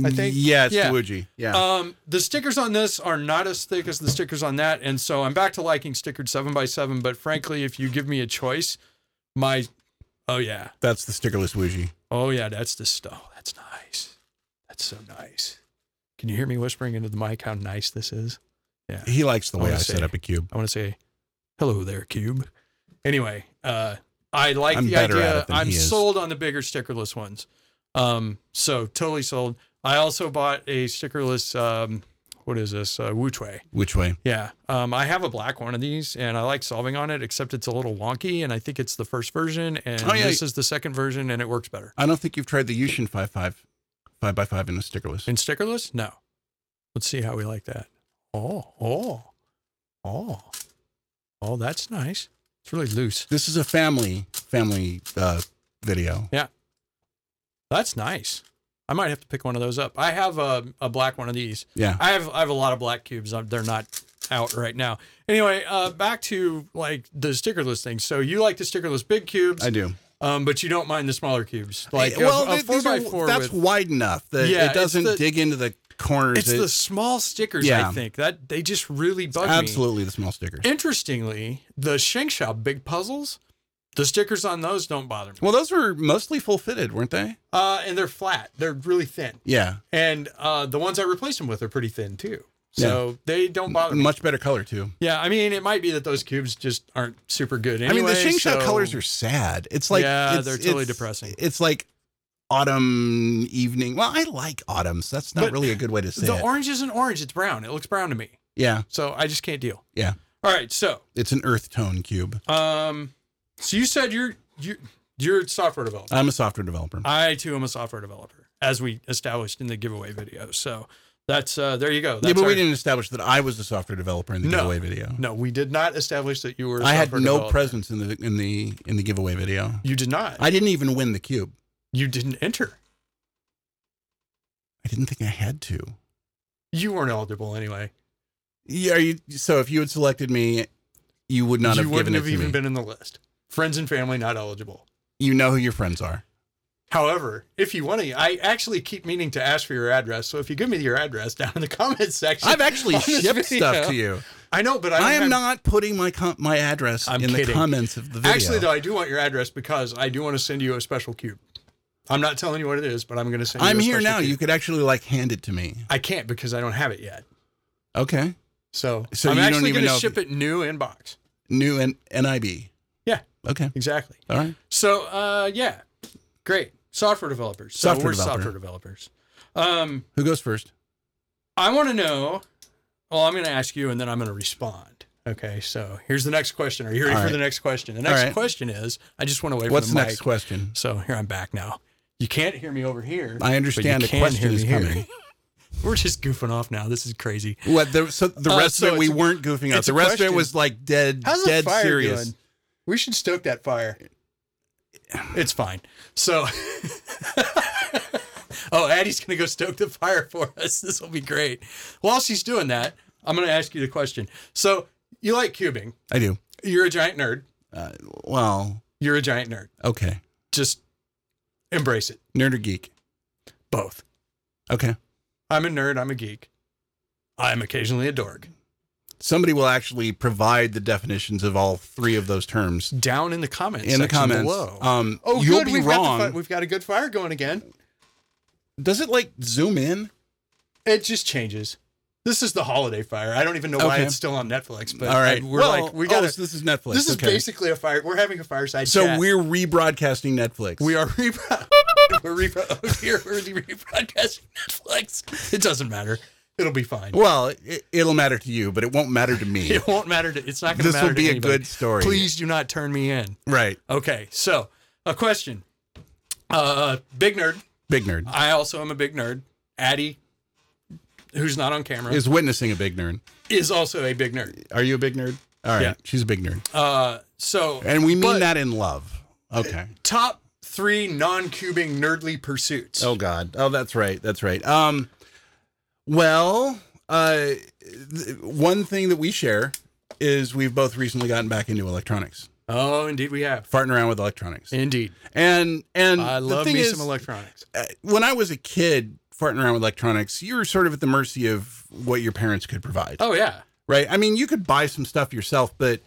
[SPEAKER 1] I think-
[SPEAKER 2] Yeah, Uh, it's
[SPEAKER 1] yeah.
[SPEAKER 2] the Wuji. Yeah.
[SPEAKER 1] um, the stickers on this are not as thick as the stickers on that, and so I'm back to liking stickered seven by seven. But frankly, if you give me a choice, my oh yeah,
[SPEAKER 2] That's the stickerless Wuji.
[SPEAKER 1] oh yeah, that's the stuff. Oh, that's nice. That's so nice. Can you hear me whispering into the mic how nice this is?
[SPEAKER 2] He likes the
[SPEAKER 1] I
[SPEAKER 2] way Oh, I,
[SPEAKER 1] wanna
[SPEAKER 2] set
[SPEAKER 1] say-
[SPEAKER 2] up a cube.
[SPEAKER 1] I want to say hello there, Cube. Anyway, uh, I like
[SPEAKER 2] I'm
[SPEAKER 1] the
[SPEAKER 2] better at
[SPEAKER 1] idea.
[SPEAKER 2] it than
[SPEAKER 1] I'm
[SPEAKER 2] he is.
[SPEAKER 1] sold on the bigger stickerless ones. Um, so totally sold. I also bought a stickerless. Um, what is this? Uh, Wu Tray.
[SPEAKER 2] Which way?
[SPEAKER 1] Yeah. Um, I have a black one of these and I like solving on it, except it's a little wonky. And I think it's the first version and
[SPEAKER 2] Oh, yeah.
[SPEAKER 1] this is the second version and it works better.
[SPEAKER 2] I don't think you've tried the Yushin 5.5, 5x5 in the stickerless.
[SPEAKER 1] And stickerless? No. Let's see how we like that. Oh, oh, oh, oh, that's nice. It's really loose.
[SPEAKER 2] This is a family family uh, video.
[SPEAKER 1] That's nice. I might have to pick one of those up. I have a, a black one of these.
[SPEAKER 2] Yeah.
[SPEAKER 1] I have I have a lot of black cubes. i they're not out right now. Anyway, uh, back to like the stickerless thing. So you like the stickerless big cubes?
[SPEAKER 2] I do.
[SPEAKER 1] Um, but you don't mind the smaller cubes, like
[SPEAKER 2] Yeah,
[SPEAKER 1] well, a,
[SPEAKER 2] th-
[SPEAKER 1] four
[SPEAKER 2] these are-
[SPEAKER 1] by four.
[SPEAKER 2] that's
[SPEAKER 1] with,
[SPEAKER 2] wide enough. that
[SPEAKER 1] Yeah,
[SPEAKER 2] it
[SPEAKER 1] it's
[SPEAKER 2] doesn't
[SPEAKER 1] the-
[SPEAKER 2] dig into the corners.
[SPEAKER 1] it's the small stickers.
[SPEAKER 2] Yeah.
[SPEAKER 1] I think that they just really bug me.
[SPEAKER 2] absolutely the small stickers.
[SPEAKER 1] Interestingly, the Sheng Shop big puzzles, the stickers on those don't bother me.
[SPEAKER 2] well, those were mostly full fitted, weren't they?
[SPEAKER 1] Uh, and they're flat. They're really thin.
[SPEAKER 2] Yeah.
[SPEAKER 1] And uh, the ones I replaced them with are pretty thin too. So they don't bother me.
[SPEAKER 2] Much better color too.
[SPEAKER 1] Yeah, I mean, it might be that those cubes just aren't super good. Anyway,
[SPEAKER 2] I mean, the Shing Shao
[SPEAKER 1] so-
[SPEAKER 2] colors are sad. It's like
[SPEAKER 1] Yeah,
[SPEAKER 2] it's-
[SPEAKER 1] they're totally
[SPEAKER 2] it's-
[SPEAKER 1] depressing.
[SPEAKER 2] It's like autumn evening. Well, I like autumn, so that's not
[SPEAKER 1] But
[SPEAKER 2] really a good way to say
[SPEAKER 1] The
[SPEAKER 2] it.
[SPEAKER 1] orange isn't orange; it's brown. It looks brown to me,
[SPEAKER 2] yeah,
[SPEAKER 1] so I just can't deal.
[SPEAKER 2] yeah.
[SPEAKER 1] All right, so
[SPEAKER 2] It's an earth tone cube.
[SPEAKER 1] Um, so you said you're you you're a software developer.
[SPEAKER 2] I'm a software developer.
[SPEAKER 1] I too am a software developer, as we established in the giveaway video. So that's uh, there you go. That's
[SPEAKER 2] yeah, but
[SPEAKER 1] our-
[SPEAKER 2] we didn't establish that I was a software developer in the
[SPEAKER 1] No.
[SPEAKER 2] giveaway video.
[SPEAKER 1] No, we did not establish that you were. I
[SPEAKER 2] I had no presence in the in the in the giveaway video.
[SPEAKER 1] You did not.
[SPEAKER 2] I didn't even win the cube.
[SPEAKER 1] you didn't enter.
[SPEAKER 2] I didn't think I had to.
[SPEAKER 1] You weren't eligible anyway.
[SPEAKER 2] Yeah, you, so if you had selected me, you would not
[SPEAKER 1] you
[SPEAKER 2] have given
[SPEAKER 1] wouldn't
[SPEAKER 2] it
[SPEAKER 1] have
[SPEAKER 2] to
[SPEAKER 1] even
[SPEAKER 2] me.
[SPEAKER 1] been in the list. Friends and family not eligible.
[SPEAKER 2] you know who your friends are.
[SPEAKER 1] However, if you want to, I actually keep meaning to ask for your address. So if you give me your address down in the comments section,
[SPEAKER 2] I've actually
[SPEAKER 1] on this
[SPEAKER 2] shipped
[SPEAKER 1] video-
[SPEAKER 2] stuff to you.
[SPEAKER 1] I know, but I, don't
[SPEAKER 2] I am
[SPEAKER 1] have-
[SPEAKER 2] not putting my com- my address
[SPEAKER 1] I'm
[SPEAKER 2] in the
[SPEAKER 1] kidding.
[SPEAKER 2] comments of the video.
[SPEAKER 1] Actually, though, I do want your address because I do want to send you a special cube. I'm not telling you what it is, but I'm going to send.
[SPEAKER 2] I'm
[SPEAKER 1] you a
[SPEAKER 2] here
[SPEAKER 1] special
[SPEAKER 2] now.
[SPEAKER 1] cube.
[SPEAKER 2] You could actually like hand it to me.
[SPEAKER 1] I can't because I don't have it yet.
[SPEAKER 2] Okay.
[SPEAKER 1] So,
[SPEAKER 2] So
[SPEAKER 1] I'm
[SPEAKER 2] you don't
[SPEAKER 1] actually
[SPEAKER 2] even
[SPEAKER 1] going
[SPEAKER 2] know
[SPEAKER 1] to
[SPEAKER 2] if-
[SPEAKER 1] ship it new inbox.
[SPEAKER 2] New N- NIB.
[SPEAKER 1] Yeah,
[SPEAKER 2] Okay.
[SPEAKER 1] exactly.
[SPEAKER 2] All right.
[SPEAKER 1] So, uh, yeah, great software developers. So
[SPEAKER 2] Software
[SPEAKER 1] we're
[SPEAKER 2] developer.
[SPEAKER 1] software developers. Um,
[SPEAKER 2] Who goes first?
[SPEAKER 1] I want to know. Well, I'm going to ask you, and then I'm going to respond. Okay, so here's the next question. Are you ready
[SPEAKER 2] All
[SPEAKER 1] for
[SPEAKER 2] right.
[SPEAKER 1] the next question? The next
[SPEAKER 2] right.
[SPEAKER 1] question is I just want to wait
[SPEAKER 2] What's
[SPEAKER 1] for
[SPEAKER 2] the
[SPEAKER 1] the,
[SPEAKER 2] next
[SPEAKER 1] mic.
[SPEAKER 2] question?
[SPEAKER 1] So here I'm back now. You can't hear me over here.
[SPEAKER 2] I understand
[SPEAKER 1] but
[SPEAKER 2] the
[SPEAKER 1] you can hear
[SPEAKER 2] question is
[SPEAKER 1] me here.
[SPEAKER 2] coming.
[SPEAKER 1] We're just goofing off now. This is crazy.
[SPEAKER 2] What the so the
[SPEAKER 1] Uh,
[SPEAKER 2] rest
[SPEAKER 1] so
[SPEAKER 2] of it we
[SPEAKER 1] it's a-
[SPEAKER 2] weren't goofing up.
[SPEAKER 1] it's a
[SPEAKER 2] The rest of
[SPEAKER 1] question.
[SPEAKER 2] it was like dead
[SPEAKER 1] How's
[SPEAKER 2] dead
[SPEAKER 1] the fire
[SPEAKER 2] serious.
[SPEAKER 1] doing? We should stoke that fire. It's fine. So, oh, Addie's gonna go stoke the fire for us. This will be great. While she's doing that, I'm gonna ask you the question. So, you like cubing?
[SPEAKER 2] I do.
[SPEAKER 1] You're a giant nerd.
[SPEAKER 2] Uh, well,
[SPEAKER 1] You're a giant nerd.
[SPEAKER 2] okay.
[SPEAKER 1] Just embrace it.
[SPEAKER 2] Nerd or geek?
[SPEAKER 1] Both.
[SPEAKER 2] Okay.
[SPEAKER 1] I'm a nerd. I'm a geek. I'm occasionally a dork.
[SPEAKER 2] Somebody will actually provide the definitions of all three of those terms
[SPEAKER 1] Down in the comments.
[SPEAKER 2] in the
[SPEAKER 1] section
[SPEAKER 2] comments.
[SPEAKER 1] below.
[SPEAKER 2] Um,
[SPEAKER 1] oh,
[SPEAKER 2] you'll
[SPEAKER 1] good.
[SPEAKER 2] be
[SPEAKER 1] we've
[SPEAKER 2] wrong.
[SPEAKER 1] Got the fi- we've got a good fire going again.
[SPEAKER 2] Does it like zoom in?
[SPEAKER 1] It just changes. This is the holiday fire. I don't even know why
[SPEAKER 2] Okay.
[SPEAKER 1] it's still on Netflix, but
[SPEAKER 2] all right.
[SPEAKER 1] I- we're
[SPEAKER 2] Well,
[SPEAKER 1] like we
[SPEAKER 2] oh,
[SPEAKER 1] got
[SPEAKER 2] so this is Netflix.
[SPEAKER 1] this is
[SPEAKER 2] okay.
[SPEAKER 1] basically a fire. We're having a fireside
[SPEAKER 2] So
[SPEAKER 1] chat.
[SPEAKER 2] we're rebroadcasting Netflix.
[SPEAKER 1] we are rebro- we're rebro- oh, here we're rebroadcasting Netflix. It doesn't matter. It'll be fine.
[SPEAKER 2] well, it, it'll matter to you, but it won't matter to me.
[SPEAKER 1] It won't matter to it's not going to
[SPEAKER 2] This
[SPEAKER 1] matter. to
[SPEAKER 2] will be a
[SPEAKER 1] anybody.
[SPEAKER 2] good story.
[SPEAKER 1] Please do not turn me in.
[SPEAKER 2] Right.
[SPEAKER 1] Okay, so a question. Uh, big nerd.
[SPEAKER 2] Big nerd
[SPEAKER 1] I also am a big nerd. Addie, who's not on camera,
[SPEAKER 2] is witnessing a big nerd.
[SPEAKER 1] is also a big nerd.
[SPEAKER 2] Are you a big nerd? All right.
[SPEAKER 1] Yeah.
[SPEAKER 2] She's a big nerd.
[SPEAKER 1] Uh, so
[SPEAKER 2] And we mean
[SPEAKER 1] But-
[SPEAKER 2] that in love. Okay.
[SPEAKER 1] top three non-cubing nerdly pursuits.
[SPEAKER 2] Oh God. Oh, that's right. That's right. Um, well, uh, th- one thing that we share is we've both recently gotten back into electronics,
[SPEAKER 1] Oh, indeed we have.
[SPEAKER 2] farting around with electronics,
[SPEAKER 1] Indeed.
[SPEAKER 2] and and
[SPEAKER 1] I
[SPEAKER 2] the
[SPEAKER 1] love
[SPEAKER 2] thing
[SPEAKER 1] me
[SPEAKER 2] is,
[SPEAKER 1] some electronics.
[SPEAKER 2] uh, when I was a kid, farting around with electronics, you were sort of at the mercy of what your parents could provide,
[SPEAKER 1] Oh yeah.
[SPEAKER 2] right? I mean, you could buy some stuff yourself, but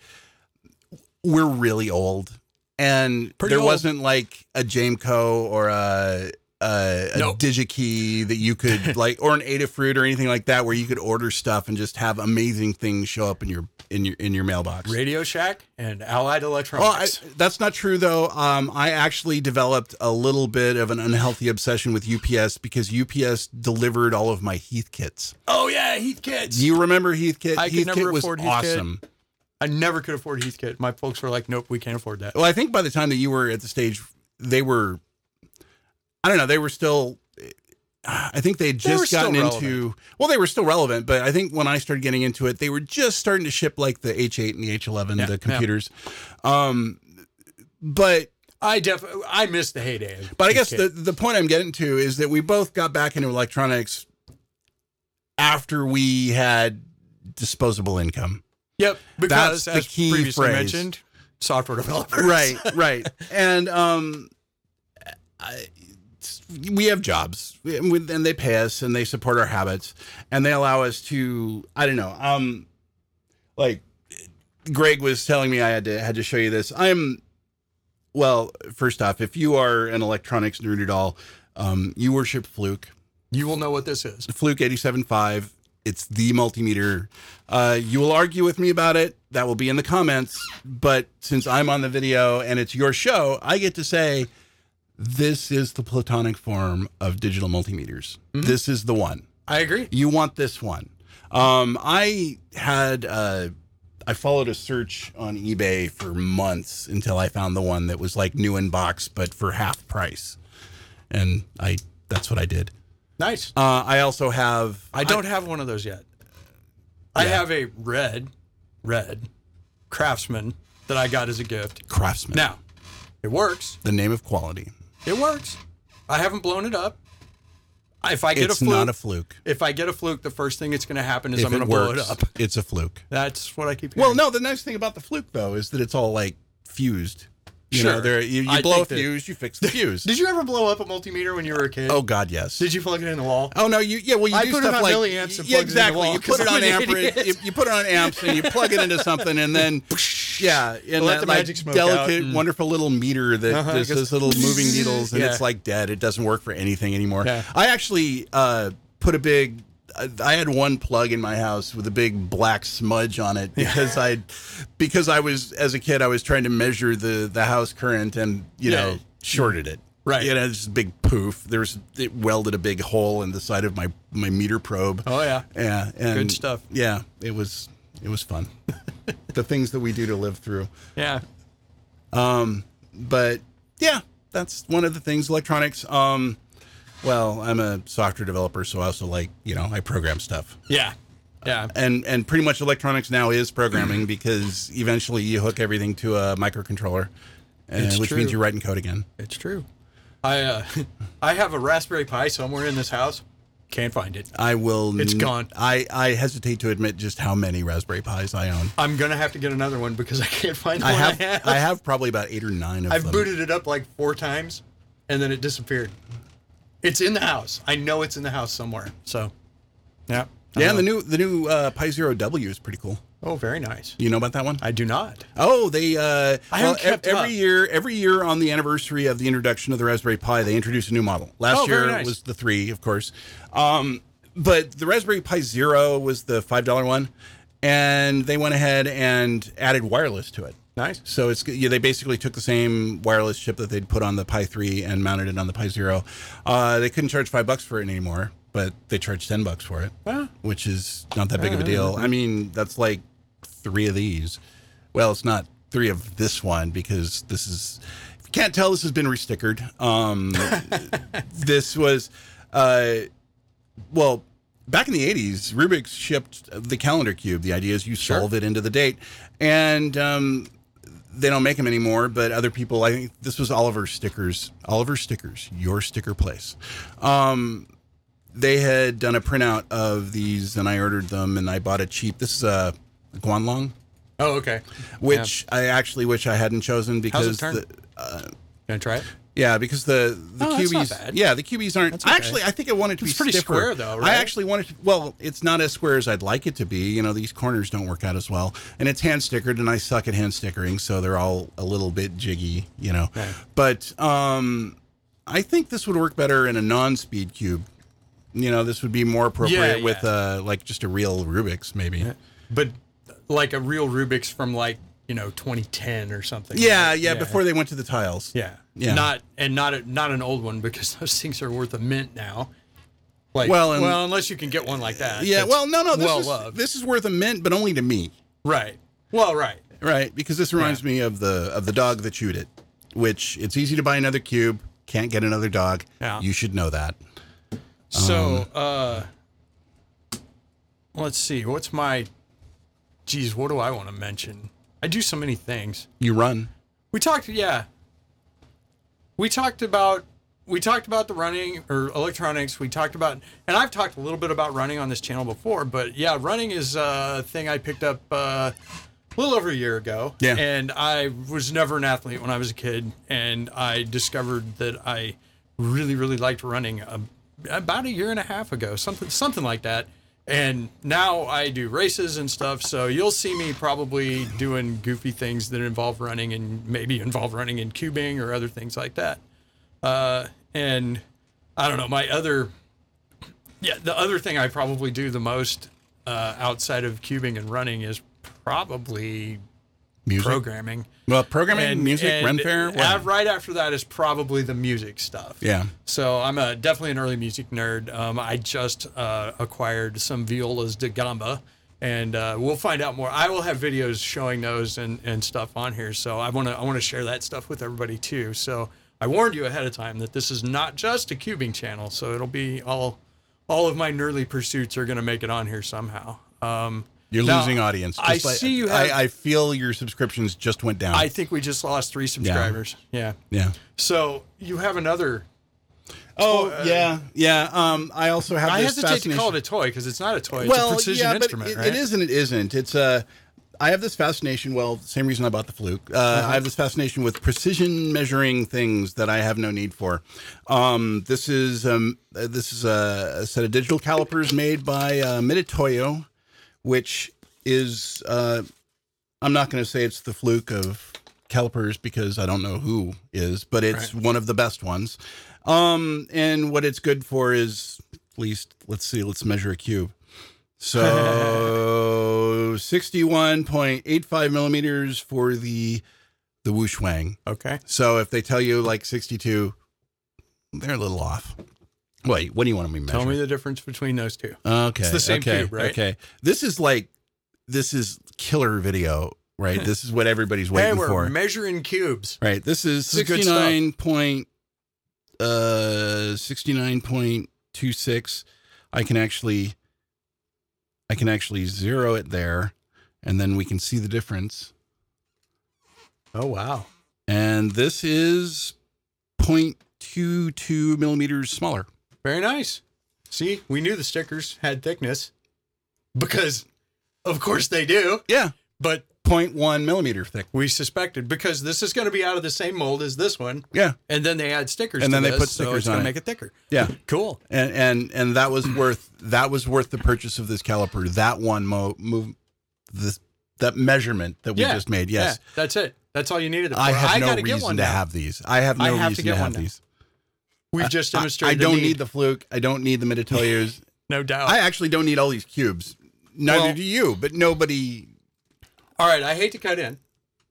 [SPEAKER 2] we're really old, and
[SPEAKER 1] Pretty
[SPEAKER 2] there
[SPEAKER 1] old.
[SPEAKER 2] wasn't like a Jameco or a a, a
[SPEAKER 1] No.
[SPEAKER 2] DigiKey that you could like, or an Adafruit or anything like that, where you could order stuff and just have amazing things show up in your in your in your mailbox.
[SPEAKER 1] Radio Shack and Allied
[SPEAKER 2] Well, Oh, I,
[SPEAKER 1] Electronics.
[SPEAKER 2] that's not true though. Um, I actually developed a little bit of an unhealthy obsession with UPS because UPS delivered all of my Heath kits.
[SPEAKER 1] oh yeah, Heath Kids.
[SPEAKER 2] Do you remember Heath kit?
[SPEAKER 1] I could
[SPEAKER 2] Heath
[SPEAKER 1] never
[SPEAKER 2] kit was
[SPEAKER 1] afford Heath Kit.
[SPEAKER 2] awesome.
[SPEAKER 1] I never could afford Heath Kit. My folks were like, nope, we can't afford that.
[SPEAKER 2] Well, I think by the time that you were at the stage, they were, I don't know, they were still. I think they had
[SPEAKER 1] They were
[SPEAKER 2] just
[SPEAKER 1] still
[SPEAKER 2] gotten into. Well, they were still relevant, but I think when I started getting into it, they were just starting to ship like the H8 and the H11,
[SPEAKER 1] Yeah, yeah.
[SPEAKER 2] the computers. Um, but
[SPEAKER 1] I def I missed the heyday. of
[SPEAKER 2] But I
[SPEAKER 1] Heath
[SPEAKER 2] guess
[SPEAKER 1] Kit.
[SPEAKER 2] the, the point I'm getting to is that we both got back into electronics after we had disposable income.
[SPEAKER 1] Yep, because
[SPEAKER 2] the
[SPEAKER 1] as
[SPEAKER 2] key
[SPEAKER 1] previously
[SPEAKER 2] phrase.
[SPEAKER 1] mentioned, software developers.
[SPEAKER 2] right. And um I, we have jobs and we- and they pay us and they support our habits and they allow us to I don't know. Um like Greg was telling me I had to had to show you this. I'm well, first off, if you are an electronics nerd at all, um, you worship Fluke.
[SPEAKER 1] You will know what this is.
[SPEAKER 2] Fluke 87.5. It's the multimeter. Uh, you will argue with me about it. That will be in the comments. But since I'm on the video and it's your show, I get to say this is the platonic form of digital multimeters. This is the one.
[SPEAKER 1] I agree.
[SPEAKER 2] You want this one. Um, I had uh, I followed a search on eBay for months until I found the one that was like new in box but for half price, and I that's what I did.
[SPEAKER 1] Nice.
[SPEAKER 2] Uh, I also have.
[SPEAKER 1] I don't have one of those yet. I have a red, red craftsman that I got as a gift.
[SPEAKER 2] Craftsman.
[SPEAKER 1] Now, it works.
[SPEAKER 2] the name of quality.
[SPEAKER 1] It works. I haven't blown it up. I- If I get
[SPEAKER 2] It's
[SPEAKER 1] a fluke,
[SPEAKER 2] not a fluke.
[SPEAKER 1] if I get a fluke, the first thing that's going to happen is
[SPEAKER 2] If
[SPEAKER 1] I'm going
[SPEAKER 2] it
[SPEAKER 1] to blow it
[SPEAKER 2] works,
[SPEAKER 1] up.
[SPEAKER 2] It's a fluke.
[SPEAKER 1] That's what I keep. Hearing.
[SPEAKER 2] Well, no. The nice thing about the fluke though is that it's all like fused. You know,
[SPEAKER 1] Sure.
[SPEAKER 2] there you, you
[SPEAKER 1] I
[SPEAKER 2] blow a
[SPEAKER 1] think that-
[SPEAKER 2] fuse, you fix the fuse.
[SPEAKER 1] did you ever blow up a multimeter when you were a kid?
[SPEAKER 2] oh God, yes.
[SPEAKER 1] did you plug it in the wall?
[SPEAKER 2] Oh no, you yeah. Well, you
[SPEAKER 1] I
[SPEAKER 2] do
[SPEAKER 1] put it
[SPEAKER 2] stuff
[SPEAKER 1] on
[SPEAKER 2] like
[SPEAKER 1] milliamps and plug
[SPEAKER 2] yeah,
[SPEAKER 1] it in the
[SPEAKER 2] exactly.
[SPEAKER 1] wall
[SPEAKER 2] you
[SPEAKER 1] 'cause
[SPEAKER 2] put it
[SPEAKER 1] I'm
[SPEAKER 2] on
[SPEAKER 1] an
[SPEAKER 2] amperage.
[SPEAKER 1] idiot.
[SPEAKER 2] You, you put it on amps and you plug it into something, and then yeah, and
[SPEAKER 1] Let
[SPEAKER 2] that
[SPEAKER 1] the
[SPEAKER 2] like
[SPEAKER 1] magic smoke
[SPEAKER 2] delicate,
[SPEAKER 1] out and-
[SPEAKER 2] wonderful little meter that
[SPEAKER 1] Uh-huh, it
[SPEAKER 2] does
[SPEAKER 1] goes-
[SPEAKER 2] those little moving needles, and
[SPEAKER 1] Yeah.
[SPEAKER 2] it's like dead. It doesn't work for anything anymore.
[SPEAKER 1] Yeah.
[SPEAKER 2] I actually uh, put a big. I- I had one plug in my house with a big black smudge on it because I, because I was as a kid I was trying to measure the the house current and you
[SPEAKER 1] Yeah.
[SPEAKER 2] know shorted it.
[SPEAKER 1] Right.
[SPEAKER 2] You know, it's just a big poof. There's it welded a big hole in the side of my my meter probe.
[SPEAKER 1] Oh yeah.
[SPEAKER 2] Yeah. And
[SPEAKER 1] Good stuff.
[SPEAKER 2] Yeah. It was it was fun. the things that we do to live through.
[SPEAKER 1] Yeah.
[SPEAKER 2] But yeah, that's one of the things. Electronics. Um, well, I'm a software developer, so I also like you know I program stuff.
[SPEAKER 1] Yeah. Yeah.
[SPEAKER 2] and and pretty much electronics now is
[SPEAKER 1] Mm-hmm.
[SPEAKER 2] programming because eventually you hook everything to a microcontroller, uh,
[SPEAKER 1] It's
[SPEAKER 2] which
[SPEAKER 1] true.
[SPEAKER 2] means you're writing code again.
[SPEAKER 1] It's true. I uh, I have a Raspberry Pi somewhere in this house. Can't find it.
[SPEAKER 2] I will.
[SPEAKER 1] It's
[SPEAKER 2] n-
[SPEAKER 1] gone.
[SPEAKER 2] I I hesitate to admit just how many Raspberry Pis I own.
[SPEAKER 1] I'm gonna have to get another one because I can't find the
[SPEAKER 2] I
[SPEAKER 1] one
[SPEAKER 2] have
[SPEAKER 1] I have.
[SPEAKER 2] I have probably about eight or nine of
[SPEAKER 1] I've
[SPEAKER 2] them.
[SPEAKER 1] booted it up like four times, and then it disappeared. It's in the house. I know it's in the house somewhere. So, yeah.
[SPEAKER 2] Yeah, the new the new uh, Pi Zero W is pretty cool.
[SPEAKER 1] Oh, very nice.
[SPEAKER 2] You know about that one?
[SPEAKER 1] I do not.
[SPEAKER 2] Oh, they uh,
[SPEAKER 1] I
[SPEAKER 2] well,
[SPEAKER 1] haven't
[SPEAKER 2] ev-
[SPEAKER 1] kept
[SPEAKER 2] every
[SPEAKER 1] up.
[SPEAKER 2] year every year on the anniversary of the introduction of the Raspberry Pi, they introduce a new model. Last
[SPEAKER 1] Oh, very
[SPEAKER 2] year
[SPEAKER 1] nice.
[SPEAKER 2] was the three, of course, um, but the Raspberry Pi Zero was the five dollar one, and they went ahead and added wireless to it.
[SPEAKER 1] Nice.
[SPEAKER 2] So it's yeah, they basically took the same wireless chip that they'd put on the Pi three and mounted it on the Pi Zero. Uh, they couldn't charge five bucks for it anymore, but they charged ten bucks for it,
[SPEAKER 1] Ah.
[SPEAKER 2] which is not that big of a deal. I mean, that's like three of these. Well, it's not three of this one because this is. If you can't tell, this has been restickered. Um, this was, uh, well. Back in the 80s, Rubik's shipped the calendar cube. The idea is you solve it into the date. And um, they don't make them anymore, but other people, I think this was Oliver Stickers, Oliver Stickers, your sticker place. Um, they had done a printout of these and I ordered them and I bought a cheap, this is a Guanlong,
[SPEAKER 1] Oh, okay.
[SPEAKER 2] which I actually wish I hadn't chosen
[SPEAKER 1] How's
[SPEAKER 2] because
[SPEAKER 1] it turn?
[SPEAKER 2] the,
[SPEAKER 1] Gonna try it.
[SPEAKER 2] yeah, because the the
[SPEAKER 1] Oh, that's not
[SPEAKER 2] cubies,
[SPEAKER 1] bad.
[SPEAKER 2] yeah, the cubies aren't.
[SPEAKER 1] okay.
[SPEAKER 2] Actually, I think I want it to
[SPEAKER 1] It's
[SPEAKER 2] be
[SPEAKER 1] pretty
[SPEAKER 2] stiffer.
[SPEAKER 1] square, though, right?
[SPEAKER 2] I actually want it. To, well, it's not as square as I'd like it to be. You know, these corners don't work out as well, and it's hand stickered, and I suck at hand stickering, so they're all a little bit jiggy. You know, but um, I think this would work better in a non-speed cube. You know, this would be more appropriate
[SPEAKER 1] yeah.
[SPEAKER 2] with uh, like just a real Rubik's, maybe. Yeah,
[SPEAKER 1] But like a real Rubik's from like you know 2010 or something.
[SPEAKER 2] yeah, Before they went to the tiles.
[SPEAKER 1] Yeah.
[SPEAKER 2] Yeah.
[SPEAKER 1] Not and not a, not an old one because those things are worth a mint now. Like well,
[SPEAKER 2] Well, and-
[SPEAKER 1] well, unless you can get one like that.
[SPEAKER 2] Yeah.
[SPEAKER 1] that's
[SPEAKER 2] Well, no, no. This
[SPEAKER 1] well
[SPEAKER 2] is
[SPEAKER 1] loved.
[SPEAKER 2] this is worth a mint, but only to me.
[SPEAKER 1] right. Well, right.
[SPEAKER 2] Right, because this reminds me of the of the dog that chewed it, which it's easy to buy another cube, can't get another dog.
[SPEAKER 1] Yeah.
[SPEAKER 2] You should know that.
[SPEAKER 1] So, uh, let's see. What's my? Geez, what do I want to mention? I do so many things.
[SPEAKER 2] You run.
[SPEAKER 1] We talked, yeah. We talked about we talked about the running or electronics. We talked about, and I've talked a little bit about running on this channel before, but yeah, running is a thing I picked up uh, a little over a year ago.
[SPEAKER 2] Yeah.
[SPEAKER 1] and I was never an athlete when I was a kid, and I discovered that I really, really liked running um, about a year and a half ago, something something like that. And now I do races and stuff, so you'll see me probably doing goofy things that involve running and maybe involve running and cubing or other things like that Uh, and I don't know my other yeah the other thing I probably do the most uh, outside of cubing and running is probably
[SPEAKER 2] Music.
[SPEAKER 1] programming
[SPEAKER 2] Well, programming,
[SPEAKER 1] and
[SPEAKER 2] music,
[SPEAKER 1] and
[SPEAKER 2] run fair. what-
[SPEAKER 1] uh, right after that is probably the music stuff
[SPEAKER 2] yeah.
[SPEAKER 1] so I'm a definitely an early music nerd. Um, I just uh, acquired some violas da gamba, and uh, we'll find out more. I will have videos showing those and, and stuff on here. So I want to I want to share that stuff with everybody too. So I warned you ahead of time that this is not just a cubing channel. So it'll be all all of my nerdy pursuits are going to make it on here somehow. Um,
[SPEAKER 2] You're
[SPEAKER 1] now,
[SPEAKER 2] losing audience.
[SPEAKER 1] I
[SPEAKER 2] Just like-
[SPEAKER 1] see you have.
[SPEAKER 2] I, I feel your subscriptions just went down.
[SPEAKER 1] I think we just lost three subscribers. Yeah.
[SPEAKER 2] yeah.
[SPEAKER 1] So you have another.
[SPEAKER 2] Oh, yeah, yeah. Um, I also have.
[SPEAKER 1] uh, I
[SPEAKER 2] this
[SPEAKER 1] hesitate to
[SPEAKER 2] fascination-
[SPEAKER 1] call it a toy because it's not a toy. It's a precision
[SPEAKER 2] yeah,
[SPEAKER 1] instrument,
[SPEAKER 2] but it-
[SPEAKER 1] right?
[SPEAKER 2] it is and it isn't. It's a. I have this fascination. Well, same reason I bought the fluke. Uh,
[SPEAKER 1] Uh-huh.
[SPEAKER 2] I have this fascination with precision measuring things that I have no need for. Um, this is um, uh, this is a, a set of digital calipers made by uh, Minitoyo, which is uh, I'm not going to say it's the fluke of calipers because I don't know who is, but it's one of the best ones. Um, and what it's good for is at least let's see, let's measure a cube. So 61.85 millimeters for the the whoosh wang.
[SPEAKER 1] Okay.
[SPEAKER 2] So if they tell you like 62, they're a little off. Wait, what do you want me to measure?
[SPEAKER 1] Tell me the difference between those two.
[SPEAKER 2] Okay. It's
[SPEAKER 1] the same
[SPEAKER 2] okay,
[SPEAKER 1] cube, right?
[SPEAKER 2] Okay. This is like this is killer video. right? this is what everybody's
[SPEAKER 1] Hey,
[SPEAKER 2] waiting
[SPEAKER 1] we're
[SPEAKER 2] for.
[SPEAKER 1] measuring cubes.
[SPEAKER 2] right. This is
[SPEAKER 1] This is good stuff.
[SPEAKER 2] 69 point, uh, 69.26. I can actually, I can actually zero it there and then we can see the difference.
[SPEAKER 1] Oh wow.
[SPEAKER 2] and this is 0.22 millimeters smaller.
[SPEAKER 1] Very nice. See, we knew the stickers had thickness because, of course, they do.
[SPEAKER 2] Yeah,
[SPEAKER 1] But
[SPEAKER 2] 0.1 millimeter thick.
[SPEAKER 1] we suspected because this is going to be out of the same mold as this one,
[SPEAKER 2] Yeah,
[SPEAKER 1] and then they add stickers.
[SPEAKER 2] And
[SPEAKER 1] to
[SPEAKER 2] then they
[SPEAKER 1] this,
[SPEAKER 2] put
[SPEAKER 1] so
[SPEAKER 2] stickers
[SPEAKER 1] it's gonna
[SPEAKER 2] on it.
[SPEAKER 1] make it thicker.
[SPEAKER 2] yeah,
[SPEAKER 1] Cool.
[SPEAKER 2] and and and that was worth that was worth the purchase of this caliper. That one mo- move this that measurement that we
[SPEAKER 1] yeah,
[SPEAKER 2] just made. Yes,
[SPEAKER 1] yeah, that's it. That's all you needed. it
[SPEAKER 2] I
[SPEAKER 1] for.
[SPEAKER 2] have no
[SPEAKER 1] gotta get
[SPEAKER 2] reason
[SPEAKER 1] one
[SPEAKER 2] to
[SPEAKER 1] now.
[SPEAKER 2] have these. I have no
[SPEAKER 1] I have to
[SPEAKER 2] reason
[SPEAKER 1] get
[SPEAKER 2] to
[SPEAKER 1] one
[SPEAKER 2] have
[SPEAKER 1] now.
[SPEAKER 2] these.
[SPEAKER 1] We've just
[SPEAKER 2] I, I
[SPEAKER 1] demonstrated.
[SPEAKER 2] don't
[SPEAKER 1] the
[SPEAKER 2] need the fluke. I don't need the Mediteliers.
[SPEAKER 1] no doubt.
[SPEAKER 2] I actually don't need all these cubes. Neither
[SPEAKER 1] Well-
[SPEAKER 2] do you. But nobody.
[SPEAKER 1] All right, I hate to cut in,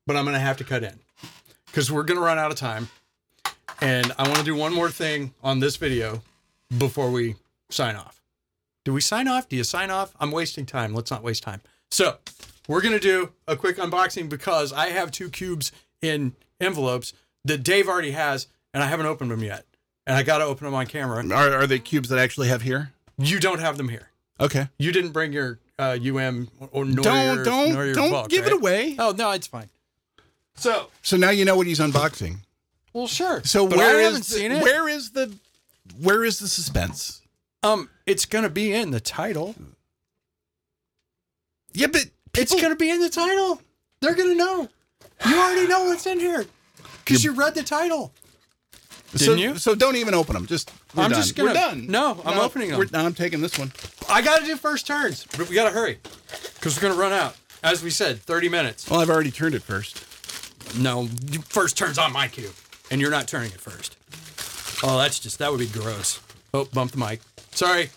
[SPEAKER 1] but I'm going to have to cut in because we're going to run out of time. And I want to do one more thing on this video before we sign off. Do we sign off? Do you sign off? I'm wasting time. Let's not waste time. So, we're going to do a quick unboxing because I have two cubes in envelopes that Dave already has, and I haven't opened them yet. And I got to open them on camera.
[SPEAKER 2] Are are they cubes that I actually have here?
[SPEAKER 1] You don't have them here.
[SPEAKER 2] Okay.
[SPEAKER 1] You didn't bring your uh, UM or nor
[SPEAKER 2] Don't
[SPEAKER 1] your,
[SPEAKER 2] don't
[SPEAKER 1] nor your
[SPEAKER 2] don't
[SPEAKER 1] bulk,
[SPEAKER 2] give
[SPEAKER 1] right?
[SPEAKER 2] it away.
[SPEAKER 1] Oh no, it's fine. So
[SPEAKER 2] So now you know what he's unboxing.
[SPEAKER 1] Well, sure.
[SPEAKER 2] So
[SPEAKER 1] But
[SPEAKER 2] where
[SPEAKER 1] I
[SPEAKER 2] is
[SPEAKER 1] haven't
[SPEAKER 2] the,
[SPEAKER 1] seen it?
[SPEAKER 2] where is the where is the suspense?
[SPEAKER 1] um, it's gonna be in the title.
[SPEAKER 2] Yeah, but
[SPEAKER 1] It's gonna be in the title. They're gonna know. You already know what's in here because you read the title.
[SPEAKER 2] so,
[SPEAKER 1] Didn't you?
[SPEAKER 2] So don't even open them. Just we're
[SPEAKER 1] I'm
[SPEAKER 2] done.
[SPEAKER 1] just gonna-
[SPEAKER 2] we're done.
[SPEAKER 1] No, I'm opening 'em.
[SPEAKER 2] we're- no, I'm taking this one.
[SPEAKER 1] I gotta do first turns, but we gotta hurry because we're gonna run out. As we said, 30 minutes.
[SPEAKER 2] Well, I've already turned it first.
[SPEAKER 1] No, you- first turn's on my cube, and you're not turning it first. Oh, that's just that would be gross. Oh, bump the mic. Sorry.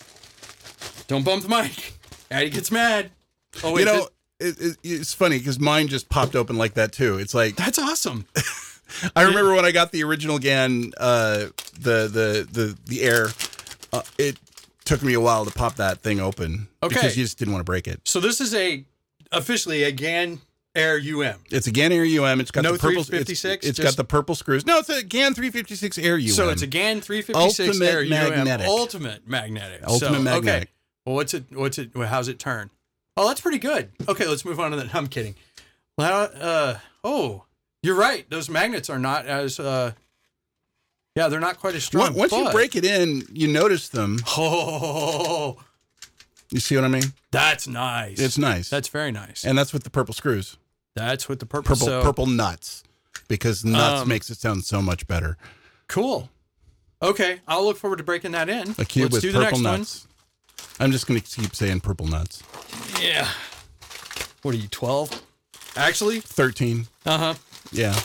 [SPEAKER 1] Don't bump the mic. Addie gets mad. Oh, wait,
[SPEAKER 2] you
[SPEAKER 1] that-
[SPEAKER 2] know, it, it, it's funny because mine just popped open like that too. It's like
[SPEAKER 1] that's awesome.
[SPEAKER 2] I remember when I got the original GAN, uh, the the the the air. Uh, it took me a while to pop that thing open
[SPEAKER 1] Okay.
[SPEAKER 2] because you just didn't want to break it.
[SPEAKER 1] So this is a officially a GAN Air UM.
[SPEAKER 2] It's a GAN Air UM. It's got
[SPEAKER 1] No
[SPEAKER 2] the purple.
[SPEAKER 1] 356,
[SPEAKER 2] It's, it's
[SPEAKER 1] just-
[SPEAKER 2] got the purple screws. No, it's a GAN 356 Air UM.
[SPEAKER 1] So it's a GAN 356
[SPEAKER 2] Ultimate
[SPEAKER 1] Air
[SPEAKER 2] magnetic.
[SPEAKER 1] UM. Ultimate magnetic. so,
[SPEAKER 2] Ultimate
[SPEAKER 1] Okay.
[SPEAKER 2] magnetic.
[SPEAKER 1] Well, what's it? What's it? well, How's it turn? Oh, that's pretty good. Okay, let's move on to that. I'm kidding. Well, uh, oh, you're right. Those magnets are not as. Uh, yeah, they're not quite as strong.
[SPEAKER 2] Once, once you
[SPEAKER 1] but-
[SPEAKER 2] break it in, you notice them.
[SPEAKER 1] oh,
[SPEAKER 2] You see what I mean?
[SPEAKER 1] that's nice.
[SPEAKER 2] It's nice,
[SPEAKER 1] That's very nice.
[SPEAKER 2] and that's with the purple screws,
[SPEAKER 1] That's what the purple.
[SPEAKER 2] purple
[SPEAKER 1] so-
[SPEAKER 2] purple nuts, because nuts
[SPEAKER 1] Um,
[SPEAKER 2] makes it sound so much better.
[SPEAKER 1] Cool. Okay, I'll look forward to breaking that in.
[SPEAKER 2] A cube
[SPEAKER 1] Let's do
[SPEAKER 2] with
[SPEAKER 1] the
[SPEAKER 2] purple
[SPEAKER 1] next one.
[SPEAKER 2] nuts. I'm just going to keep saying purple nuts.
[SPEAKER 1] Yeah. What are you, 12? Actually?
[SPEAKER 2] Thirteen.
[SPEAKER 1] Uh huh.
[SPEAKER 2] Yeah.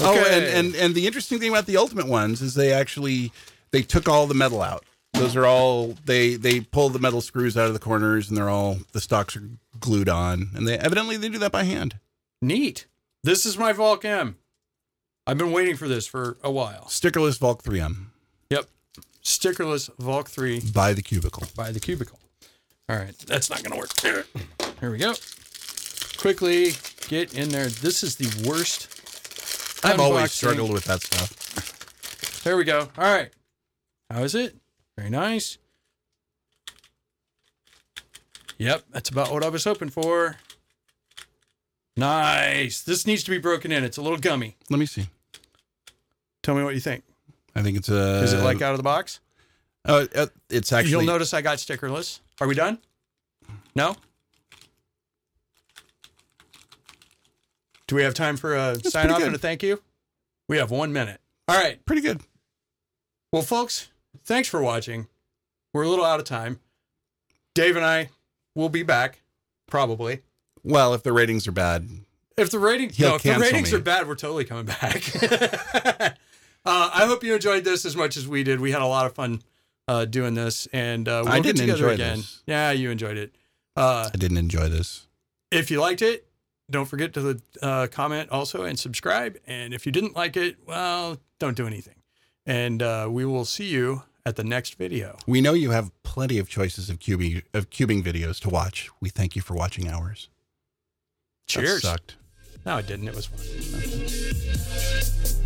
[SPEAKER 2] Oh, and,
[SPEAKER 1] Okay.
[SPEAKER 2] and and the interesting thing about the ultimate ones is they actually they took all the metal out. Those are all they they pull the metal screws out of the corners, and they're all the stocks are glued on, and they evidently they do that by hand.
[SPEAKER 1] Neat. This is my Volk M. I've been waiting for this for a while.
[SPEAKER 2] Stickerless Volk 3M
[SPEAKER 1] Yep. Stickerless Volk 3
[SPEAKER 2] by the cubicle.
[SPEAKER 1] by the cubicle. All right. That's not going to work. Here we go. Quickly get in there. This is the worst.
[SPEAKER 2] I've
[SPEAKER 1] unboxing.
[SPEAKER 2] always struggled with that stuff.
[SPEAKER 1] There we go. All right. How is it? Very nice. Yep, that's about what I was hoping for. Nice. This needs to be broken in. It's a little gummy.
[SPEAKER 2] Let me see.
[SPEAKER 1] Tell me what you think.
[SPEAKER 2] I think it's a.
[SPEAKER 1] Is it like out of the box?
[SPEAKER 2] Oh, uh, it's actually.
[SPEAKER 1] You'll notice I got stickerless. Are we done? No? Do we have time for a sign
[SPEAKER 2] pretty
[SPEAKER 1] off
[SPEAKER 2] good.
[SPEAKER 1] and a thank you? We have one minute. All right.
[SPEAKER 2] pretty good.
[SPEAKER 1] Well, folks, thanks for watching. We're a little out of time. Dave and I will be back, probably.
[SPEAKER 2] Well, if the ratings are bad,
[SPEAKER 1] If the ratings,
[SPEAKER 2] He'll
[SPEAKER 1] no, if the
[SPEAKER 2] cancel
[SPEAKER 1] ratings
[SPEAKER 2] me.
[SPEAKER 1] are bad, we're totally coming back. uh, I hope you enjoyed this as much as we did. We had a lot of fun uh, doing this, and uh, we'll
[SPEAKER 2] I
[SPEAKER 1] get
[SPEAKER 2] didn't
[SPEAKER 1] together
[SPEAKER 2] enjoy
[SPEAKER 1] again.
[SPEAKER 2] this.
[SPEAKER 1] Yeah, you enjoyed it. Uh,
[SPEAKER 2] I didn't enjoy this.
[SPEAKER 1] if you liked it, don't forget to uh, comment also and subscribe. And if you didn't like it, well, don't do anything. And uh, we will see you at the next video.
[SPEAKER 2] We know you have plenty of choices of cubing of cubing videos to watch. We thank you for watching ours.
[SPEAKER 1] Cheers.
[SPEAKER 2] Sucked.
[SPEAKER 1] No, it didn't. It was one.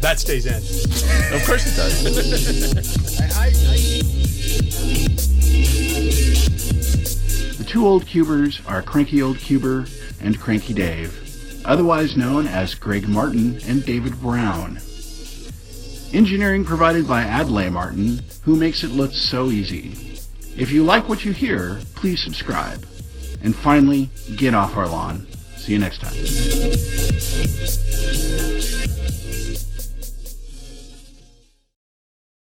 [SPEAKER 1] That stays in.
[SPEAKER 2] Of course it does.
[SPEAKER 3] The two old cubers are Cranky Old Cuber and Cranky Dave, otherwise known as Greg Martin and David Brown. Engineering provided by Adlai Martin, who makes it look so easy. If you like what you hear, please subscribe. And finally, get off our lawn. See you next time.